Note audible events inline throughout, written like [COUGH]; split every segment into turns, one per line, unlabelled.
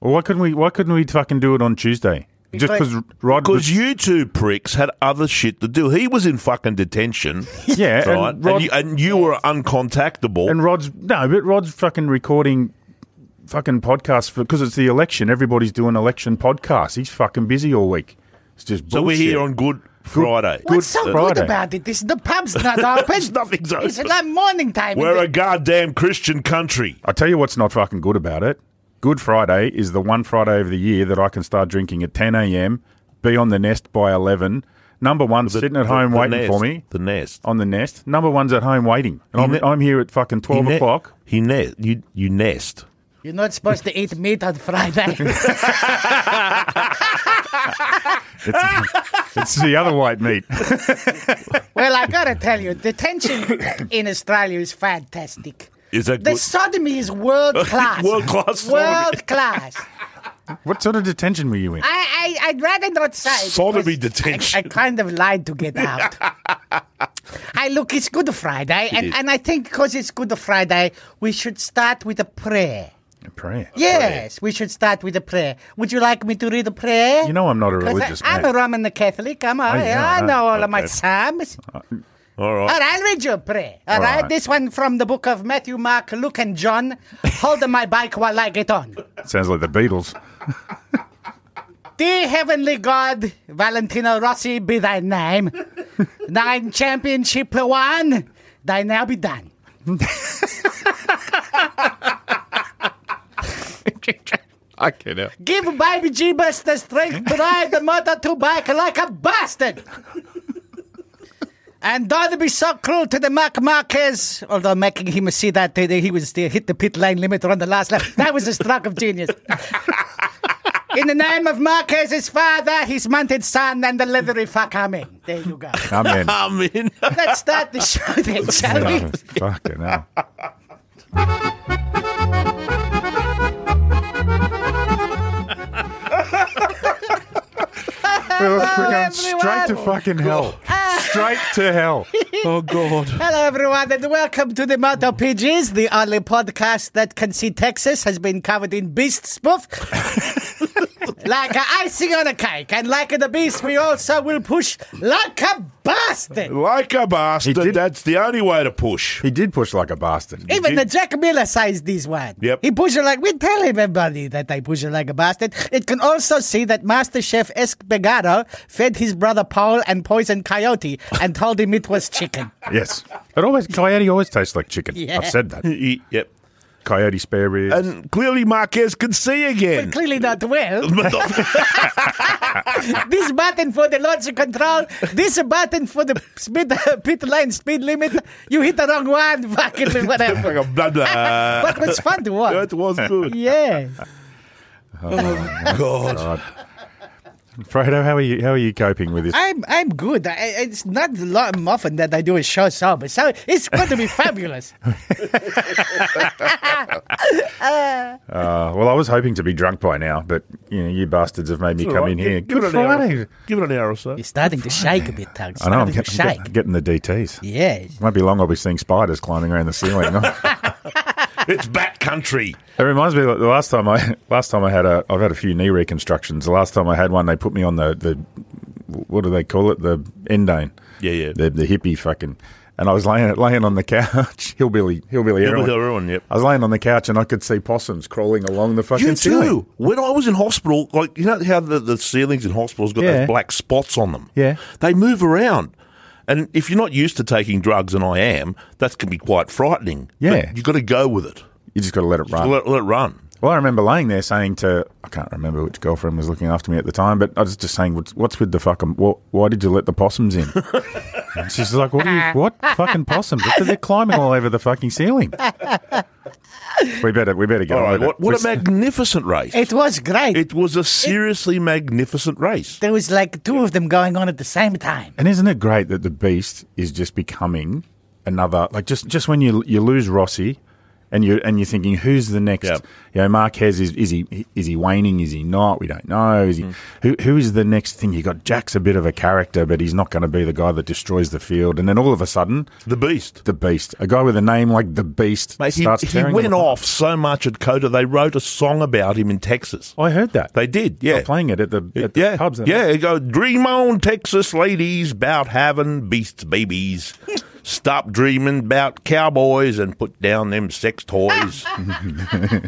Well, why couldn't we? Why couldn't we fucking do it on Tuesday? Just because Rod was,
Because you two pricks had other shit to do. He was in fucking detention,
[LAUGHS] yeah,
right?
and, Rod,
and you, and you were uncontactable.
and Rod's no, but Rod's fucking recording fucking podcasts for because it's the election. Everybody's doing election podcasts. He's fucking busy all week. It's just
so we're
bullshit.
here on Good Friday.
What's so
Friday.
good about it? This the pub's
[LAUGHS]
not open.
It's nothing's
It's
open.
like morning time.
We're a
Is it-
goddamn Christian country.
I tell you what's not fucking good about it. Good Friday is the one Friday of the year that I can start drinking at 10 a.m., be on the nest by 11. Number one's sitting at
The-
home
the
waiting
nest,
for me
The nest.
on the nest. Number one's at home waiting. And I'm,
ne-
I'm here at fucking 12
He ne-
o'clock.
He nest. You you nest.
You're not supposed to eat meat on Friday.
[LAUGHS]
It's the other white meat.
well, I gotta tell you, detention in Australia is fantastic.
Is that
The
good?
sodomy
[LAUGHS]
is world class.
World class sodomy.
World class.
what sort of detention were you in?
I, I, I'd rather not say. it
Sodomy
because
detention.
I, I kind of lied to get
[LAUGHS]
out. I look, it's Good Friday, and,
is.
and I think because it's Good Friday, we should start with a prayer.
A prayer.
Yes, we should start with a prayer. Would you like me to read a prayer?
You know I'm not a
'Cause
religious
I, am a
man.
Roman Catholic. I'm a, I,
yeah,
I
I-
know all of my
okay.
psalms.
All right.
All right, I'll read you a prayer. all right.
right.
this one from the book of Matthew, Mark, Luke,
[LAUGHS]
and John. Hold my bike while I get on.
Sounds like the Beatles.
Dear Heavenly God, Valentino Rossi be
[LAUGHS]
thy name. Nine championship one, thy now be done.
I can't help.
Give baby Jeebus the strength to ride the motor to bike like a bastard. And don't be so cruel to the Mark Marquez, although making him see that uh, he was uh, hit the pit lane limiter on the last lap. That was a stroke of genius. In the name of Marquez, his father, his mounted son, and the leathery fuck, amen. There you go. [LAUGHS]
Amen.
I'm in.
Let's start the show then, shall we?
fucking hell.
[LAUGHS]
We're we're going straight to fucking hell. Straight to hell.
Oh God.
Hello, everyone, and welcome to the Moto Pigeons, the only podcast that can see Texas has been covered in beast spoof. like a icing on a cake, and like the beast, we also will push like a bastard.
Like a
He
bastard.
did-
That's the only way to push.
He did push like a bastard.
Even the Jack Miller says this one.
Yep.
He pushed it like, we tell everybody that they push it like a bastard. It can also see that Master Chef Escobar fed his brother Paul and poisoned Coyote and told him it was chicken.
Yes. It always coyote always tastes like chicken.
Yeah.
I've said that.
He- yep.
Coyote spare ribs.
And clearly Marquez can see
[LAUGHS]
again.
Clearly not well.
[LAUGHS]
this button for the launch control, this button for the speed, [LAUGHS] pit line speed limit. You hit the wrong one, [LAUGHS] fucking whatever.
Like a blah
[LAUGHS]
blah.
but it was fun to watch.
That was
[LAUGHS]
good.
Yeah.
God.
Fredo, how are you how are you coping with this?
I'm I'm good. I, I- it's not a lot often that I do a show sober, so it's going to
[LAUGHS]
be fabulous.
Uh, well I was hoping to be drunk by now, but you know, you bastards have made me come in here.
Give, give it an hour. Give it an hour or so.
You're starting to shake a bit, Tug.
I know, I'm,
Starting to
get- I'm get-
shake.
getting the DTs.
Yeah.
Won't be long I'll be seeing spiders climbing around the ceiling.
[LAUGHS]
It's bat country.
It reminds me of the last time I [LAUGHS] last time I had a I've had a few knee reconstructions. The last time I had one, they put me on the the what do they call it the endane.
Yeah, yeah.
The the hippie fucking. And I was laying laying on the couch, [LAUGHS] hillbilly hillbilly
Hillbilly
heroin.
heroin, yep.
I was laying on the couch and I could see possums crawling along the fucking
You
ceiling.
too. When I was in hospital, like you know how the, the ceilings in hospitals got
Yeah.
those black spots on them.
Yeah.
they move around, and if you're not used to taking drugs, and I am, that can be quite frightening.
Yeah.
but you got to go with it.
You just got to let it run.
Let, let it run.
Well, I remember laying there saying to I can't remember which girlfriend was looking after me at the time, but I was just saying, "What's, what's with the fucking? What, why did you let the possums in?" and [LAUGHS] she's like, "What? Are you, what fucking possums? Look, They're climbing all over the fucking [LAUGHS] ceiling." we better, we better go.
All right, what, what a
We're-
magnificent race!
It
It,
was great.
was a seriously magnificent race.
there was like two of them going on at the same time.
And isn't it great that the beast is just becoming another like just just when you you lose Rossi and you and you're thinking, who's the next?
Yeah.
You know, Marquez is is he is he waning? Is he not? We don't know. Is he
Mm.
who who is the next thing? You got Jack's a bit of a character, but he's not going to be the guy that destroys the field. And then all of a sudden,
The Beast.
the Beast, a guy with a name like the Beast,
Mate, he,
starts
he
tearing
went
them apart.
off so much at Coda, they wrote a song about him in Texas.
Oh, I heard that
They did, yeah.
They're playing it at the at the eh?
yeah,
pubs.
yeah. They go, dream on, Texas ladies, about having
[LAUGHS]
beast babies. Stop dreaming about cowboys and put down them
[LAUGHS]
sex toys.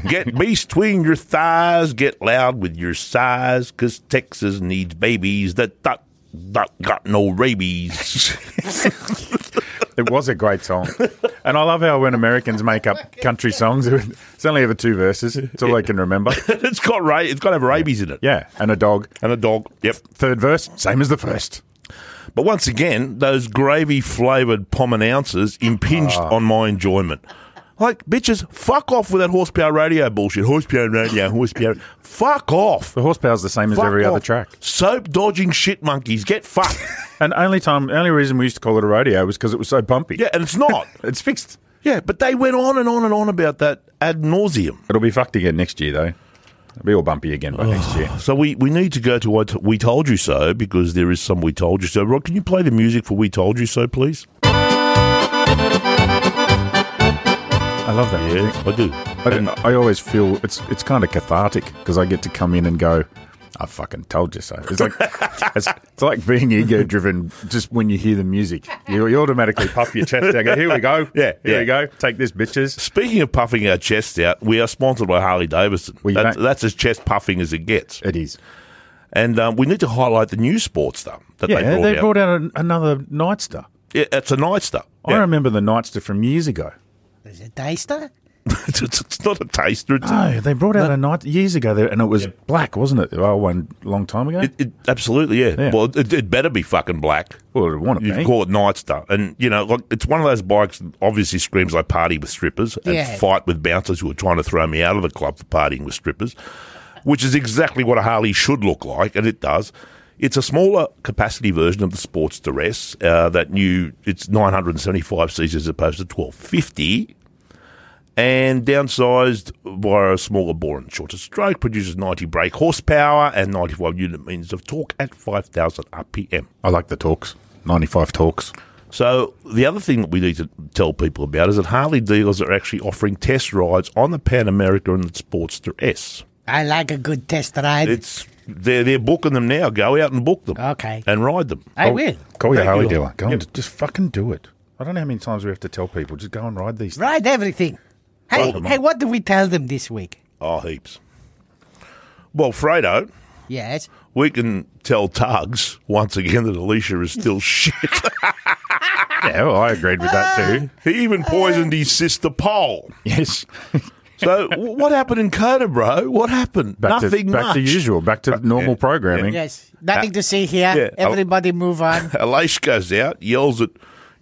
get beast between your thighs. Get loud with your sighs, 'cause Texas needs babies that dot, dot, got no rabies. [LAUGHS]
It was a great song. And I love how when Americans make up country songs, it's only ever two verses. It's all they can remember.
it's got ra- It's got to have rabies in it.
Yeah. And a dog.
And a dog. Yep.
Third verse, same as the first.
But once again, those gravy flavoured pomenances impinged on my enjoyment. Like, bitches, fuck off with that horsepower radio bullshit. Horsepower radio, horsepower. fuck off.
The horsepower's the same as
Fuck
every other
off.
track.
Soap dodging shit monkeys, get fucked.
And only time, only reason we used to call it a rodeo was because it was so bumpy.
yeah, and it's not.
It's fixed.
[LAUGHS] Yeah, but they went on and on and on about that ad nauseum.
It'll be fucked again next year, though. It'll be all bumpy again by next year.
So we, we need to go to what We Told You So because there is some We Told You So. Rod, can you play the music for We Told You So, please?
I love that.
Yeah,
music.
I do.
I, don't, know. I always feel it's it's kind of cathartic because I get to come in and go, I fucking told you so. It's like [LAUGHS] it's, it's like being ego driven. Just when you hear the music, you, you automatically puff your chest out. and Go, here we go.
Yeah,
here we
yeah.
go. Take this, bitches.
Speaking of puffing our chests out, we are sponsored by Harley Davidson.
Well, you
That's,
don't-
that's as chest puffing as it gets.
It is.
And um, we need to highlight the new sports stuff that
Yeah,
they brought out.
brought out an, another Nightster.
Yeah, it's a night stuff.
I
Yeah.
remember the Nightster from years ago.
Is it Deister?
[LAUGHS] it's, it's not a taster. It's
No, Oh, they brought out a night years ago there, and it was black, wasn't it? Oh, one long time ago.
it, it, absolutely, yeah.
Yeah.
Well, it, it better be fucking black.
well, it wanted
You call it night stuff, and you know, like it's one of those bikes. that Obviously, screams I party with strippers and
Yeah.
fight with bouncers who are trying to throw me out of the club for partying with strippers, which is exactly what a Harley should look like, and it does. It's a smaller capacity version of the Sports Duress. Uh, that new, it's 975 cc as opposed to 1250. and downsized via a smaller bore and shorter stroke, produces 90 brake horsepower and 95 unit meters of torque at 5,000 RPM.
I like the talks. Ninety-five talks.
So the other thing that we need to tell people about is that Harley dealers are actually offering test rides on the Pan America and the Sportster S.
I like a good test ride.
It's they're they're booking them now. Go out and book them.
Okay.
And ride them.
I
oh.
will.
Call your
Thank
Harley
you.
dealer. Go
Yep.
and just fucking do it. I don't know how many times we have to tell people. Just go and ride these. things.
Ride everything. Hey,
Welcome
hey, what did we tell them this week?
Oh, heaps. Well, Fredo,
Yes.
we can tell Tugs once again that Alicia is still [LAUGHS] shit.
Yeah, well, I agreed with that too.
He even poisoned his sister Paul.
[LAUGHS] Yes.
So w- what happened in Coda, bro? What happened?
Back
Nothing
to, back
much.
to usual. Back [LAUGHS] to normal programming.
Yes. Nothing to see here.
yeah.
Everybody move
[LAUGHS]
on.
Alish goes out, yells at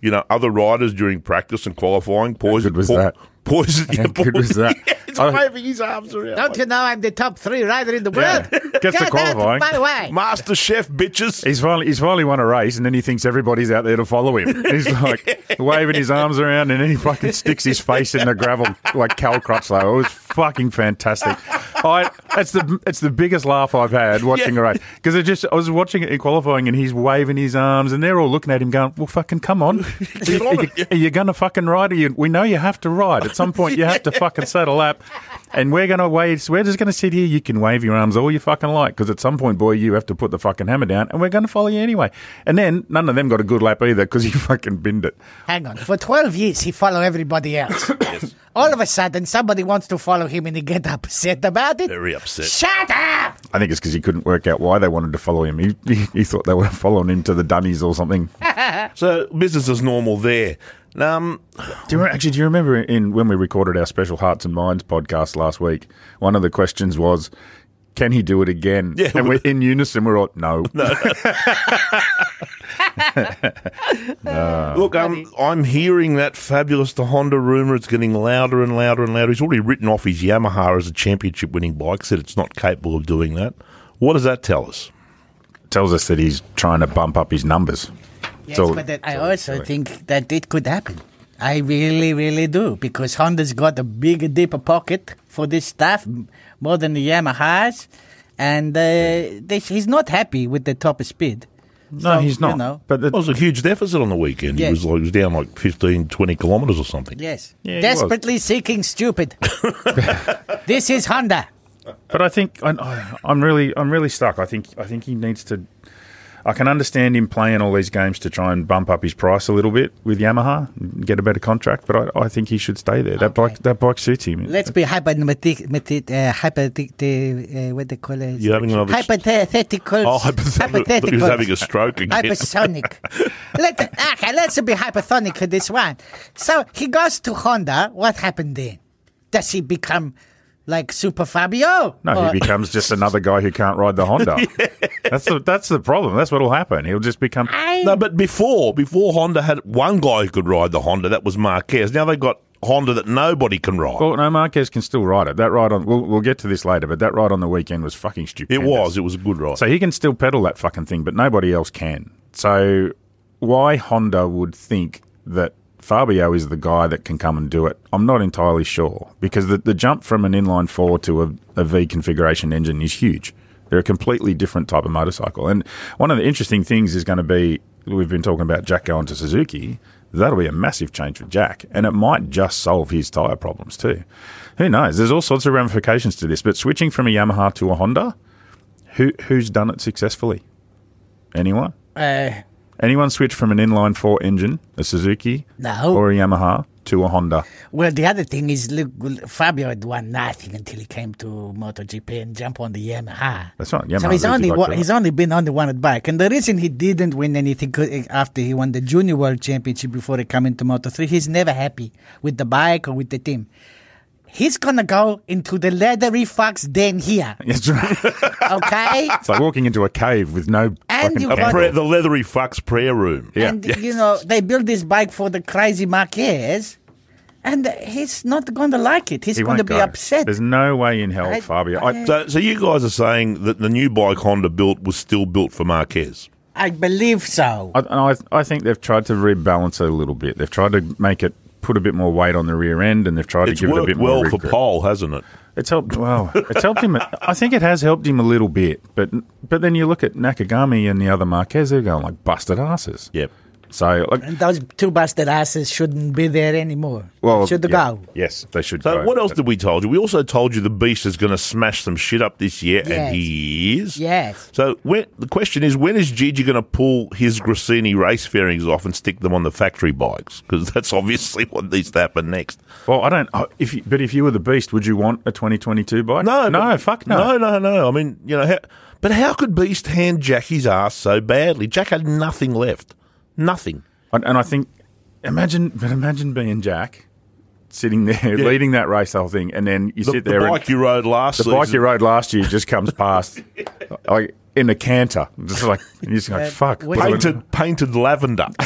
you know other riders during practice and qualifying. Poison
good was that?
Poison.
How good was that?
[LAUGHS] Yeah, it's
I-
waving his arms around.
Don't you know I'm the top three rider in the world?
[LAUGHS]
Gets the
Get out of
qualifying.
my way.
Master chef bitches.
He's finally he's finally won a race, and then he thinks everybody's out there to follow [LAUGHS] him. He's like waving his arms around, and then he fucking sticks his face in the gravel like Cal Crutchlow. It was fucking fantastic. I that's the it's the biggest laugh I've had watching
Yeah.
a race because I just I was watching it in qualifying, and he's waving his arms, and they're all looking at him, going, "Well, fucking come [LAUGHS] on, are, you-
on
are
it, yeah."
you, are you gonna fucking ride? Are you, we know you have to ride at some point. You have to fucking saddle up." And we're gonna wait. We're just gonna sit here. You can wave your arms all you fucking like, because at some point, boy, you have to put the fucking hammer down, and we're gonna follow you anyway. And then none of them got a good lap either, because you [LAUGHS] fucking binned it.
Hang on. For 12 years, he followed everybody else.
[LAUGHS]
All of a sudden, somebody wants to follow him and he get upset about it.
Very upset.
Shut up!
I think it's because he couldn't work out why they wanted to follow him. He, he, he thought they were [LAUGHS] following him to the dunnies or something.
So business as normal there. Um,
Do you, re- actually, do you remember in when we recorded our special Hearts and Minds podcast last week? One of the questions was, "Can he do it again?"
Yeah,
and we're in unison. We're all no. Oh.
look, um, I'm hearing that fabulous the Honda rumor. It's getting louder and louder and louder. He's already written off his Yamaha as a championship-winning bike. Said it's not capable of doing that. What does that tell us?
Tells us that he's trying to bump up his numbers.
Yes,
So-
but that I also think that it could happen.
I really, really do because Honda's got a big, deeper pocket for this stuff, m- more than the Yamaha's, and uh, they, he's not happy with the top speed.
No,
So,
he's
you
not.
know.
But
Well,
the,
it was a huge deficit on the weekend.
Yeah.
He was like, he was down like 15, 20 kilometres or something.
Yes,
Yeah, he
desperately seeking
[LAUGHS]
stupid. this is Honda.
but I think I, I'm really I'm really stuck. I think I think he needs to. I can understand him playing all these games to try and bump up his price a little bit with Yamaha, and get a better contract. But I, I think he should stay there. That bike that bike suits him.
Let's be hypothetical. Uh, hypothet- uh, what they call it?
You having another-
hypothetical.
Oh, hypothetical. He was having a stroke again.
[LAUGHS]
Hypersonic. Let, okay, let's be hypersonic in this one. So he goes to Honda. What happened then? Does he become like Super Fabio?
No,
Or-
he becomes just another guy who can't ride the Honda. That's the that's the problem. That's what'll happen. He'll just become.
I-
No, but before before Honda had one guy who could ride the Honda, that was Marquez. Now they've got Honda that nobody can ride.
Well, no, Marquez can still ride it. That ride on. We'll, we'll get to this later, but that ride on the weekend was fucking stupid.
it was. It was a good ride.
So he can still pedal that fucking thing, but nobody else can. So why Honda would think that Fabio is the guy that can come and do it, I'm not entirely sure. Because the, the jump from an inline four to a, a V configuration engine is huge. They're a completely different type of motorcycle. And one of the interesting things is going to be we've been talking about Jack going to Suzuki. That'll be a massive change for Jack, and it might just solve his tyre problems too. Who knows? There's all sorts of ramifications to this, but switching from a Yamaha to a Honda, who who's done it successfully? Anyone?
Uh,
Anyone switch from an inline four engine, a Suzuki,
No.
or a Yamaha to a Honda?
well, the other thing is, look, Fabio had won nothing until he came to MotoGP and jumped on the Yamaha.
That's not Yamaha.
So he's
really
only
like
wa-
that. [LAUGHS]
he's only been on the one at bike, and the reason he didn't win anything co- eh, after he won the Junior World Championship before he come into Moto Three, he's never happy with the bike or with the team. He's gonna go into the leathery fox den here,
It's right.
okay?
[LAUGHS] It's like walking into a cave with no fucking
you got-
a
candle. [LAUGHS]
prayer, the leathery fucks prayer room.
And you know they built this bike for the crazy Marquez, and he's not gonna like it. He's
He won't
gonna be
go.
upset.
There's no way in hell,
I-
Fabio. I,
So, so you guys are saying that the new bike Honda built was still built for Marquez.
I believe so.
I, and I, I think they've tried to rebalance it a little bit. They've tried to make it put a bit more weight on the rear end, and they've tried
It's
to give it a
worked
bit
well
more.
for
rig grip.
Pole, hasn't it?
It's helped. Well, it's helped him. I think it has helped him a little bit, but but then you look at Nakagami and the other Marquez. They're going like busted asses.
Yep.
So, like,
and those two busted asses shouldn't be there anymore.
well,
should
yeah.
go.
Yes, they should
So
go.
what else did we told you? We also told you the Beast is going to smash some shit up this year,
Yes.
and he is.
Yes.
So when, the question is, when is Gigi going to pull his Grassini race fairings off and stick them on the factory bikes? Because that's [LAUGHS] obviously what needs to happen next.
Well, I don't. I- If you, but if you were the beast, would you want a 2022 bike?
No,
no,
but-
fuck no.
no, no, no. I mean, you know, how, but how could Beast hand Jack his ass so badly? Jack had nothing left, nothing.
And, and I think, imagine, but imagine being Jack sitting there leading that race, whole thing, and then you
The,
sit
the
there
bike
and
you rode last
the
season.
bike you rode last year just comes
[LAUGHS]
past, like in a canter, just like you're just like fuck,
what-
put it in
painted painted lavender. [LAUGHS]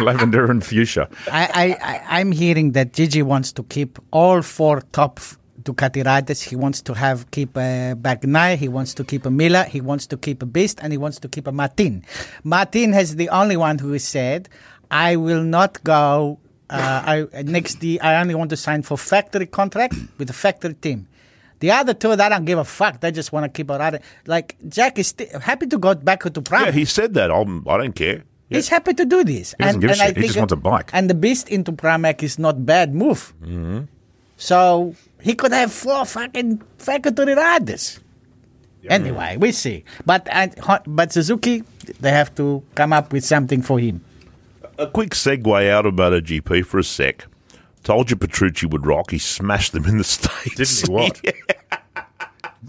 lavender and fuchsia.
I, I, I, I'm hearing that Gigi wants to keep all four top f- Ducati riders. He wants to have keep a Bagnaia, he wants to keep a Miller, he wants to keep a Beast, and he wants to keep a Martin. Martin has the only one who has said, "I will not go. Uh, I next year I only want to sign for factory contract with the factory team." The other two, they don't give a fuck. They just want to keep a rider. Like Jack is sti- happy to go back to Prime.
yeah, he said that. I'm, I don't care. Yeah.
He's happy to do this.
He doesn't give a shit. He just wants a bike. Mm-hmm.
And the beast into Pramac is not bad move. So he could have four fucking factory riders. Anyway, we see. But and, Hon- but Suzuki, they have to come up with something for him.
A quick segue out of MotoGP for a sec. Told you Petrucci would rock. He smashed them in the [LAUGHS] states.
Didn't he?
[LAUGHS]
What?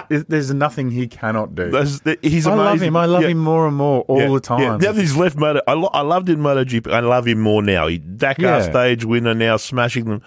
There- There's nothing he cannot do.
That's- that- he's
I love
amazing.
him. I love
Yeah,
him more and more all
yeah,
the time.
Yeah. Now that he's left Moto, I, lo- I loved him MotoGP. I love him more now. He, Dakar
Yeah.
stage winner now, smashing them.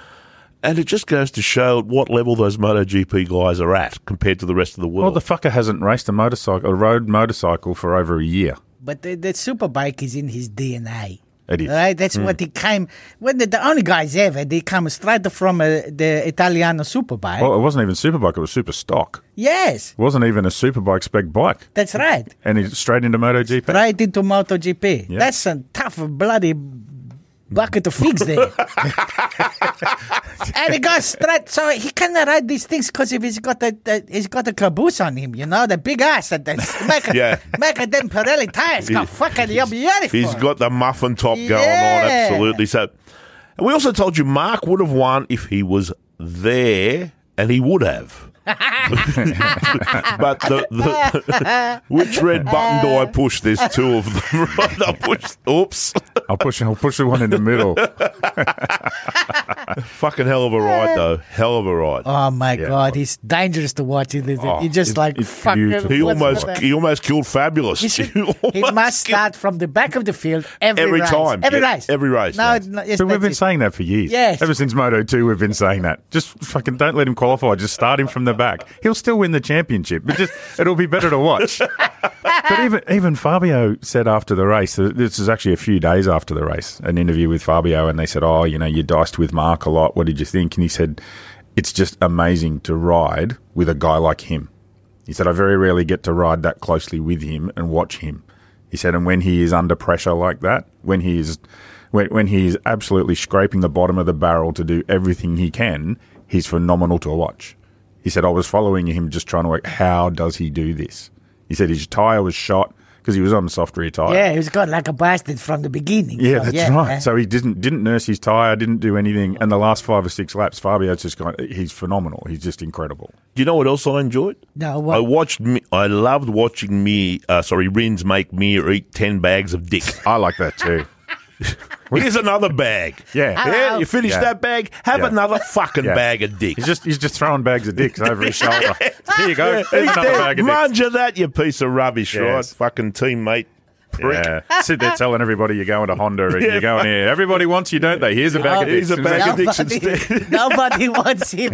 And it just goes to show at what level those MotoGP guys are at compared to the rest of the
Well,
world.
the fucker hasn't raced a motorcycle, a road motorcycle, for over a year.
But the, the superbike is in his DNA.
It is. Mm.
Right? That's what he came. When the, the only guys ever, they come straight from uh, the Italiano superbike.
Well, it wasn't even superbike; it was super stock.
Yes,
It wasn't even a superbike spec bike,
that's right.
[LAUGHS]
and he's straight into MotoGP.
right into MotoGP.
Yeah.
That's a tough bloody bucket of figs
[LAUGHS]
there. and he goes straight. So he cannot ride these things because if he's got a, a he's got a caboose on him, you know, the big ass and
[LAUGHS]
the smack of,
Yeah.
smack of them Pirelli tires. Got
He-
fucking you're beautiful.
He's got the muffin top going on,
Yeah.
absolutely. So, and we also told you Mark would have won if he was there, and he would have. [LAUGHS] but the, the [LAUGHS] which red button do I push? There's two of them. [LAUGHS] Right, I push. Oops,
I'll push. I'll push the one in the middle.
fucking hell of a ride though. Hell of a ride.
Oh my
Yeah. Oh,
god, he's dangerous to watch. Isn't he? You're just
it-
like
it's
fucking.
beautiful.
he
what's
almost
with that?
he almost killed Fabulous. [LAUGHS]
He, should, he
almost
must
killed-
start from the back of the field every,
Every
race.
time,
Every
yeah,
race.
every race,
No,
yes.
no yes,
But we've been
that's it.
saying that for years.
Yes.
Ever since Moto 2, we've been saying that. Just fucking don't let him qualify. Just start him from the back. He'll still win the championship, but just [LAUGHS] it'll be better to watch. but even even Fabio said after the race, th- this is actually a few days after the race, an interview with Fabio, and they said, "Oh, you know, you diced with Mark a lot. What did you think?" And he said, "It's just amazing to ride with a guy like him." He said, "I very rarely get to ride that closely with him and watch him." He said, "And when he is under pressure like that, when he is, when when he is absolutely scraping the bottom of the barrel to do everything he can, he's phenomenal to watch." He said, I was following him just trying to work, how does he do this? He said his tyre was shot because he was on a soft rear tyre.
Yeah, he's got like a bastard from the beginning.
Oh, Yeah,
So,
that's right.
eh?
So he didn't didn't nurse his tyre, didn't do anything. And the last five or six laps, Fabio's just gone, he's phenomenal. He's just incredible.
Do you know what else I enjoyed?
No, what?
I watched. Me, I loved watching me. Uh, sorry, Rins make me eat ten bags
[LAUGHS]
of dick.
I like that too.
Here's another bag.
[LAUGHS] Yeah.
Yeah, you finish
Yeah.
that bag, have
Yeah.
another fucking
Yeah.
bag of dick.
He's just he's just throwing bags of dicks over his shoulder.
[LAUGHS]
Here you go. Here's another
Yeah,
bag of dicks.
Munge that, you piece of rubbish, right?
Yes.
Fucking teammate. Prick.
Yeah. Sit there telling everybody you're going to Honda and you're going here. Everybody wants you, don't they? Here's a bag of dicks.
Here's a bag of
It's
[LAUGHS]
dicks
Nobody, nobody
[LAUGHS]
wants him.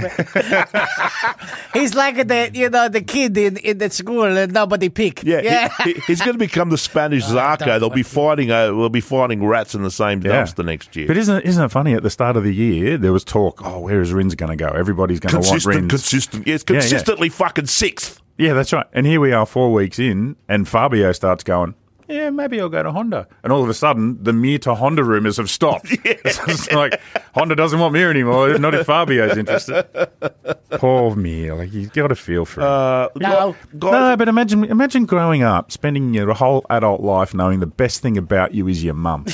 He's like the you know the kid in, in the school and nobody pick.
Yeah,
[LAUGHS]
he- he- he's going to become
[LAUGHS]
the Spanish
Oh,
Zarco. They'll be fighting. Uh, we'll be fighting rats in the same
Yeah.
dumpster next year.
But isn't isn't it funny? At the start of the year, there was talk. Oh, where is Rins going to go? Everybody's going to want
consistent,
Rins.
consistent. Yes,
Yeah, yeah.
consistently fucking sixth.
yeah, that's right. And here we are, four weeks in, and Fabio starts going. Yeah, maybe I'll go to Honda. And all of a sudden, the Mir to Honda rumors have stopped. it's like Honda doesn't want Mir anymore. Not if Fabio's interested. Poor Mir, like you've got to feel for him.
Uh,
No.
guys-
No, but imagine imagine growing up, spending your whole adult life knowing the best thing about you is your
[LAUGHS]
mum.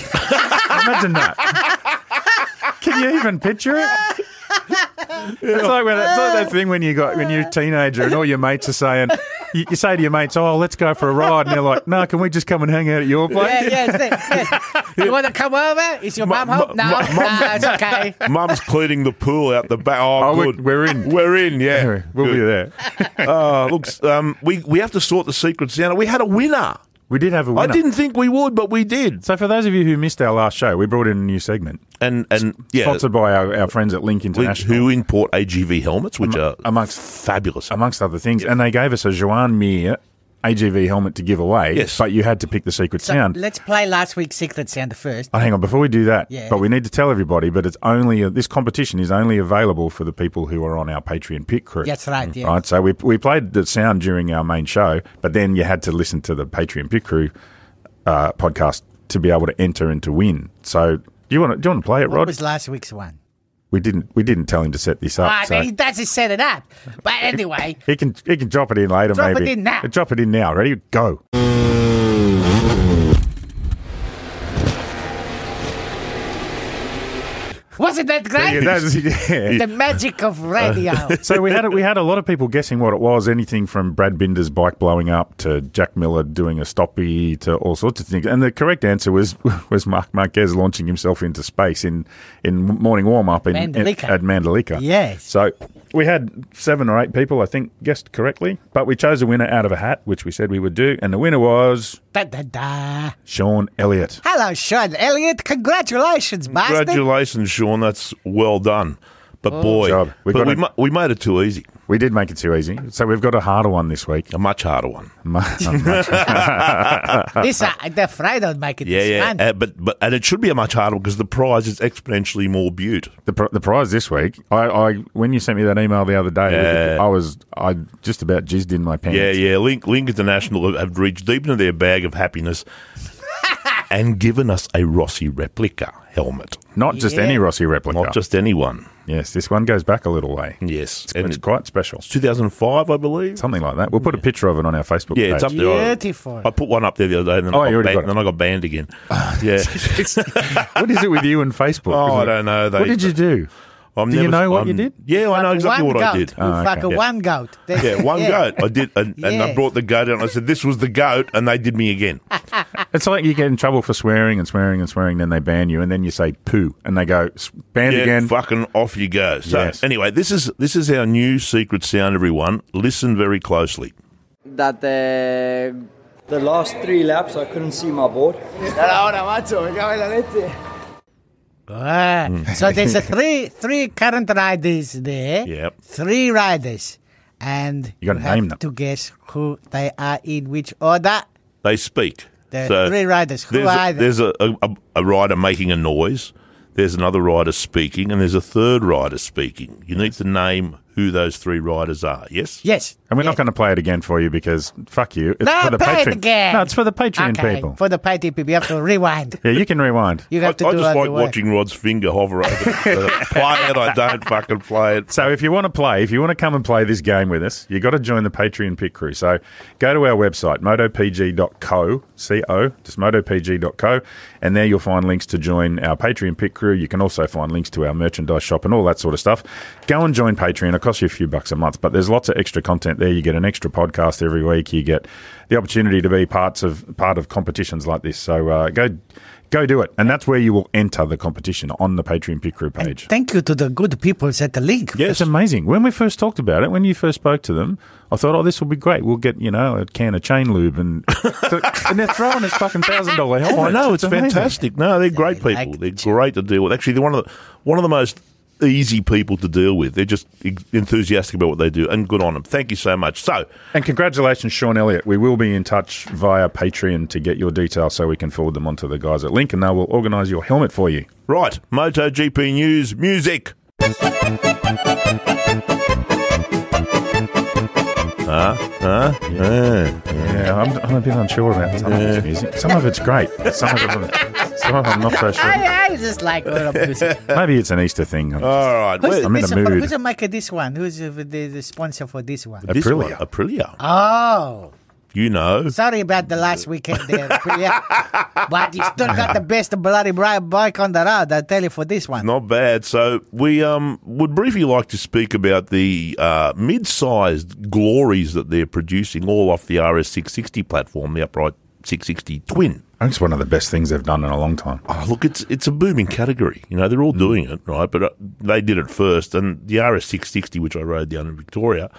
imagine that. Can you even picture it? It's like, when, it's like that thing when you got when you're a teenager and all your mates are saying, you, you say to your mates, "Oh, let's go for a ride," and they're like, "No, can we just come and hang out at your place?"
Yeah, yes, yes.
[LAUGHS]
You want to come over? Is your mum home? No, no, it's okay.
Mum's cleaning the pool out the back. Oh,
Oh, we're-
good.
we're in.
We're in. Yeah,
Anyway, we'll be
Good.
there.
Uh, look, um, we we have to sort the secrets out. We had a winner.
We did have a winner.
I didn't think we would, but we did.
So, for those of you who missed our last show, we brought in a new segment
And and yeah,
sponsored by our, our friends at Link
we-
International.
who import AGV helmets, which are
amongst-
fabulous.
amongst other things. And they gave us a Joan Mir AGV helmet to give away.
Yes.
But you had to pick the secret
So
sound.
let's play last week's secret sound first.
Oh, hang on, before we do that,
Yeah.
but we need to tell everybody. But it's only uh, this competition is only available for the people who are on our Patreon pick crew. Mm.
That's right, yeah.
Right. So we we played the sound during our main show, but then you had to listen to the Patreon pick crew uh, podcast to be able to enter and to win. So do you want to do you want to play it,
What
Rod?
was last week's one?
we didn't we didn't tell him to set this up.
Ah,
so.
he doesn't set it up. But anyway,
He can he can drop it in later.
Drop it
maybe
in now.
Drop it in now. Ready? Go.
wasn't that
Yeah,
great?
that's- [LAUGHS] yeah.
The magic of
Uh, [LAUGHS]
radio.
So we had a, we had a lot of people guessing what it was. Anything from Brad Binder's bike blowing up to Jack Miller doing a stoppie to all sorts of things. And the correct answer was [LAUGHS] was Mark Marquez launching himself into space in in morning warm up in,
Mandalika.
at Mandalika.
Yes.
So we had seven or eight people, I think, guessed correctly, but we chose a winner out of a hat, which we said we would do, and the winner was
da, da, da.
Sean Elliott.
Hello, Sean Elliott. Congratulations, bastard.
Congratulations, Sean. That's well done. But boy,
job. We
but
got
we,
a-
ma- we made it too easy.
We did make it too easy, so we've got a harder one this
[LAUGHS]
week. [LAUGHS]
A much harder one.
this uh, the Friday don't make it
Yeah,
this
yeah.
month.
Uh, but but and it should be a much harder one because the prize is exponentially more beaut.
The, pr- the prize this week, I, I when you sent me that email the other day,
Yeah.
I was I just about jizzed in my pants. [LAUGHS]
Yeah, yeah. Link Link International have- have reached deep into their bag of happiness and given us a Rossi replica helmet,
Not just
Yeah.
any Rossi replica.
not just anyone.
Yes, this one goes back a little way.
Yes, and
It's
it's
quite special.
2005, I believe.
Something like that. We'll put a picture of it on our Facebook
Yeah,
page.
it's up there. I-
Beautiful.
I put one up there the other day, and then,
Oh,
I,
you
got
already
banned,
got it.
and then I got
[LAUGHS]
banned again. Yeah,
What is it with you and Facebook?
[LAUGHS] Oh, I
Isn't it-
don't know. They-
what did you do?
I'm
Do you know what you did?
Yeah, I know exactly
one
what
goat.
I did.
Uh,
Ah,
We fuck a
okay.
one goat. That's-
[LAUGHS] Yeah, one goat. I did, and, and I
Yeah.
brought the goat out, and I said, "This was the goat," and they did me again.
It's like you get in trouble for swearing and swearing and swearing, then they ban you, and then you say poo, [LAUGHS] and they go "S- banned
Yeah,
again.
fucking off you go. So
Yes.
anyway, this is this is our new secret sound. Everyone, listen very closely.
that uh,
The last three laps, I couldn't see my board.
[LAUGHS] Ah,
Mm.
so there's
[LAUGHS]
a three three current riders there.
Yep.
Three riders, and
You gotta
have
name them.
to guess who they are in which order.
They speak.
The
So
three riders. Who
there's
are
a,
they?
there's a, a, a- a rider making a noise. There's another rider speaking, and there's a third rider speaking. You need to name who those three riders are. Yes.
yes.
And we're
yes.
not going to play it again for you because fuck you. It's
No,
for the
play it
Patreon.
again.
No, it's for the Patreon
okay,
people.
For the party people, you have to rewind.
Yeah, you can rewind.
You
I, I
have
just
to do it
like
the way.
watching Rod's finger hover over.
[LAUGHS]
it. play it, I don't fucking play it.
So if you want to play, if you want to come and play this game with us, you got to join the Patreon Pit Crew. So go to our website, motopg.co, C-O, just motopg.co, and there you'll find links to join our Patreon Pit Crew. You can also find links to our merchandise shop and all that sort of stuff. Go and join Patreon. It costs you a few bucks a month, but there's lots of extra content there. You get an extra podcast every week. You get the opportunity to be parts of part of competitions like this. So uh, go go do it, and that's where you will enter the competition on the Patreon Pit Crew page.
Thank you to the good people at the league.
It's amazing. When we first talked about it, when you first spoke to them, I thought, oh, this will be great. We'll get, you know, a can of chain lube and, [LAUGHS] and they're throwing us fucking thousand dollar helmets.
I know it's,
Oh, amazing.
fantastic. No, they're great
they
people.
like
they're
each
great to deal with. Actually, they're one of the one of the most easy people to deal with. They're just e- enthusiastic about what they do, and good on them. Thank you so much. So,
And congratulations, Sean Elliott. We will be in touch via Patreon to get your details so we can forward them onto the guys at Link and they will organise your helmet for you.
right, MotoGP news, music.
Yeah, I'm, I'm a bit unsure about some of this music. Some of it's great, but some of it, some of I'm not so sure.
I, I
[LAUGHS]
just like all of music.
Maybe it's an Easter thing.
All right,
Who's,
wait,
the,
I'm in a
this one-
mood.
who's the maker this one? Who's the, the, the sponsor for this one?
this one,
Aprilia.
Aprilia.
Oh,
You know,
sorry about the last weekend
[LAUGHS]
there, Priya. but you still got the best bloody bri- bike on the road, I tell you, for this one.
not bad. So we um, would briefly like to speak about the uh, mid-sized glories that they're producing, all off the RS660 platform, the upright 660 twin.
It's one of the best things they've done in a long time.
Oh, look, it's it's a booming category. You know, they're all doing it, right? But uh, they did it first, and the RS660, which I rode down in Victoria,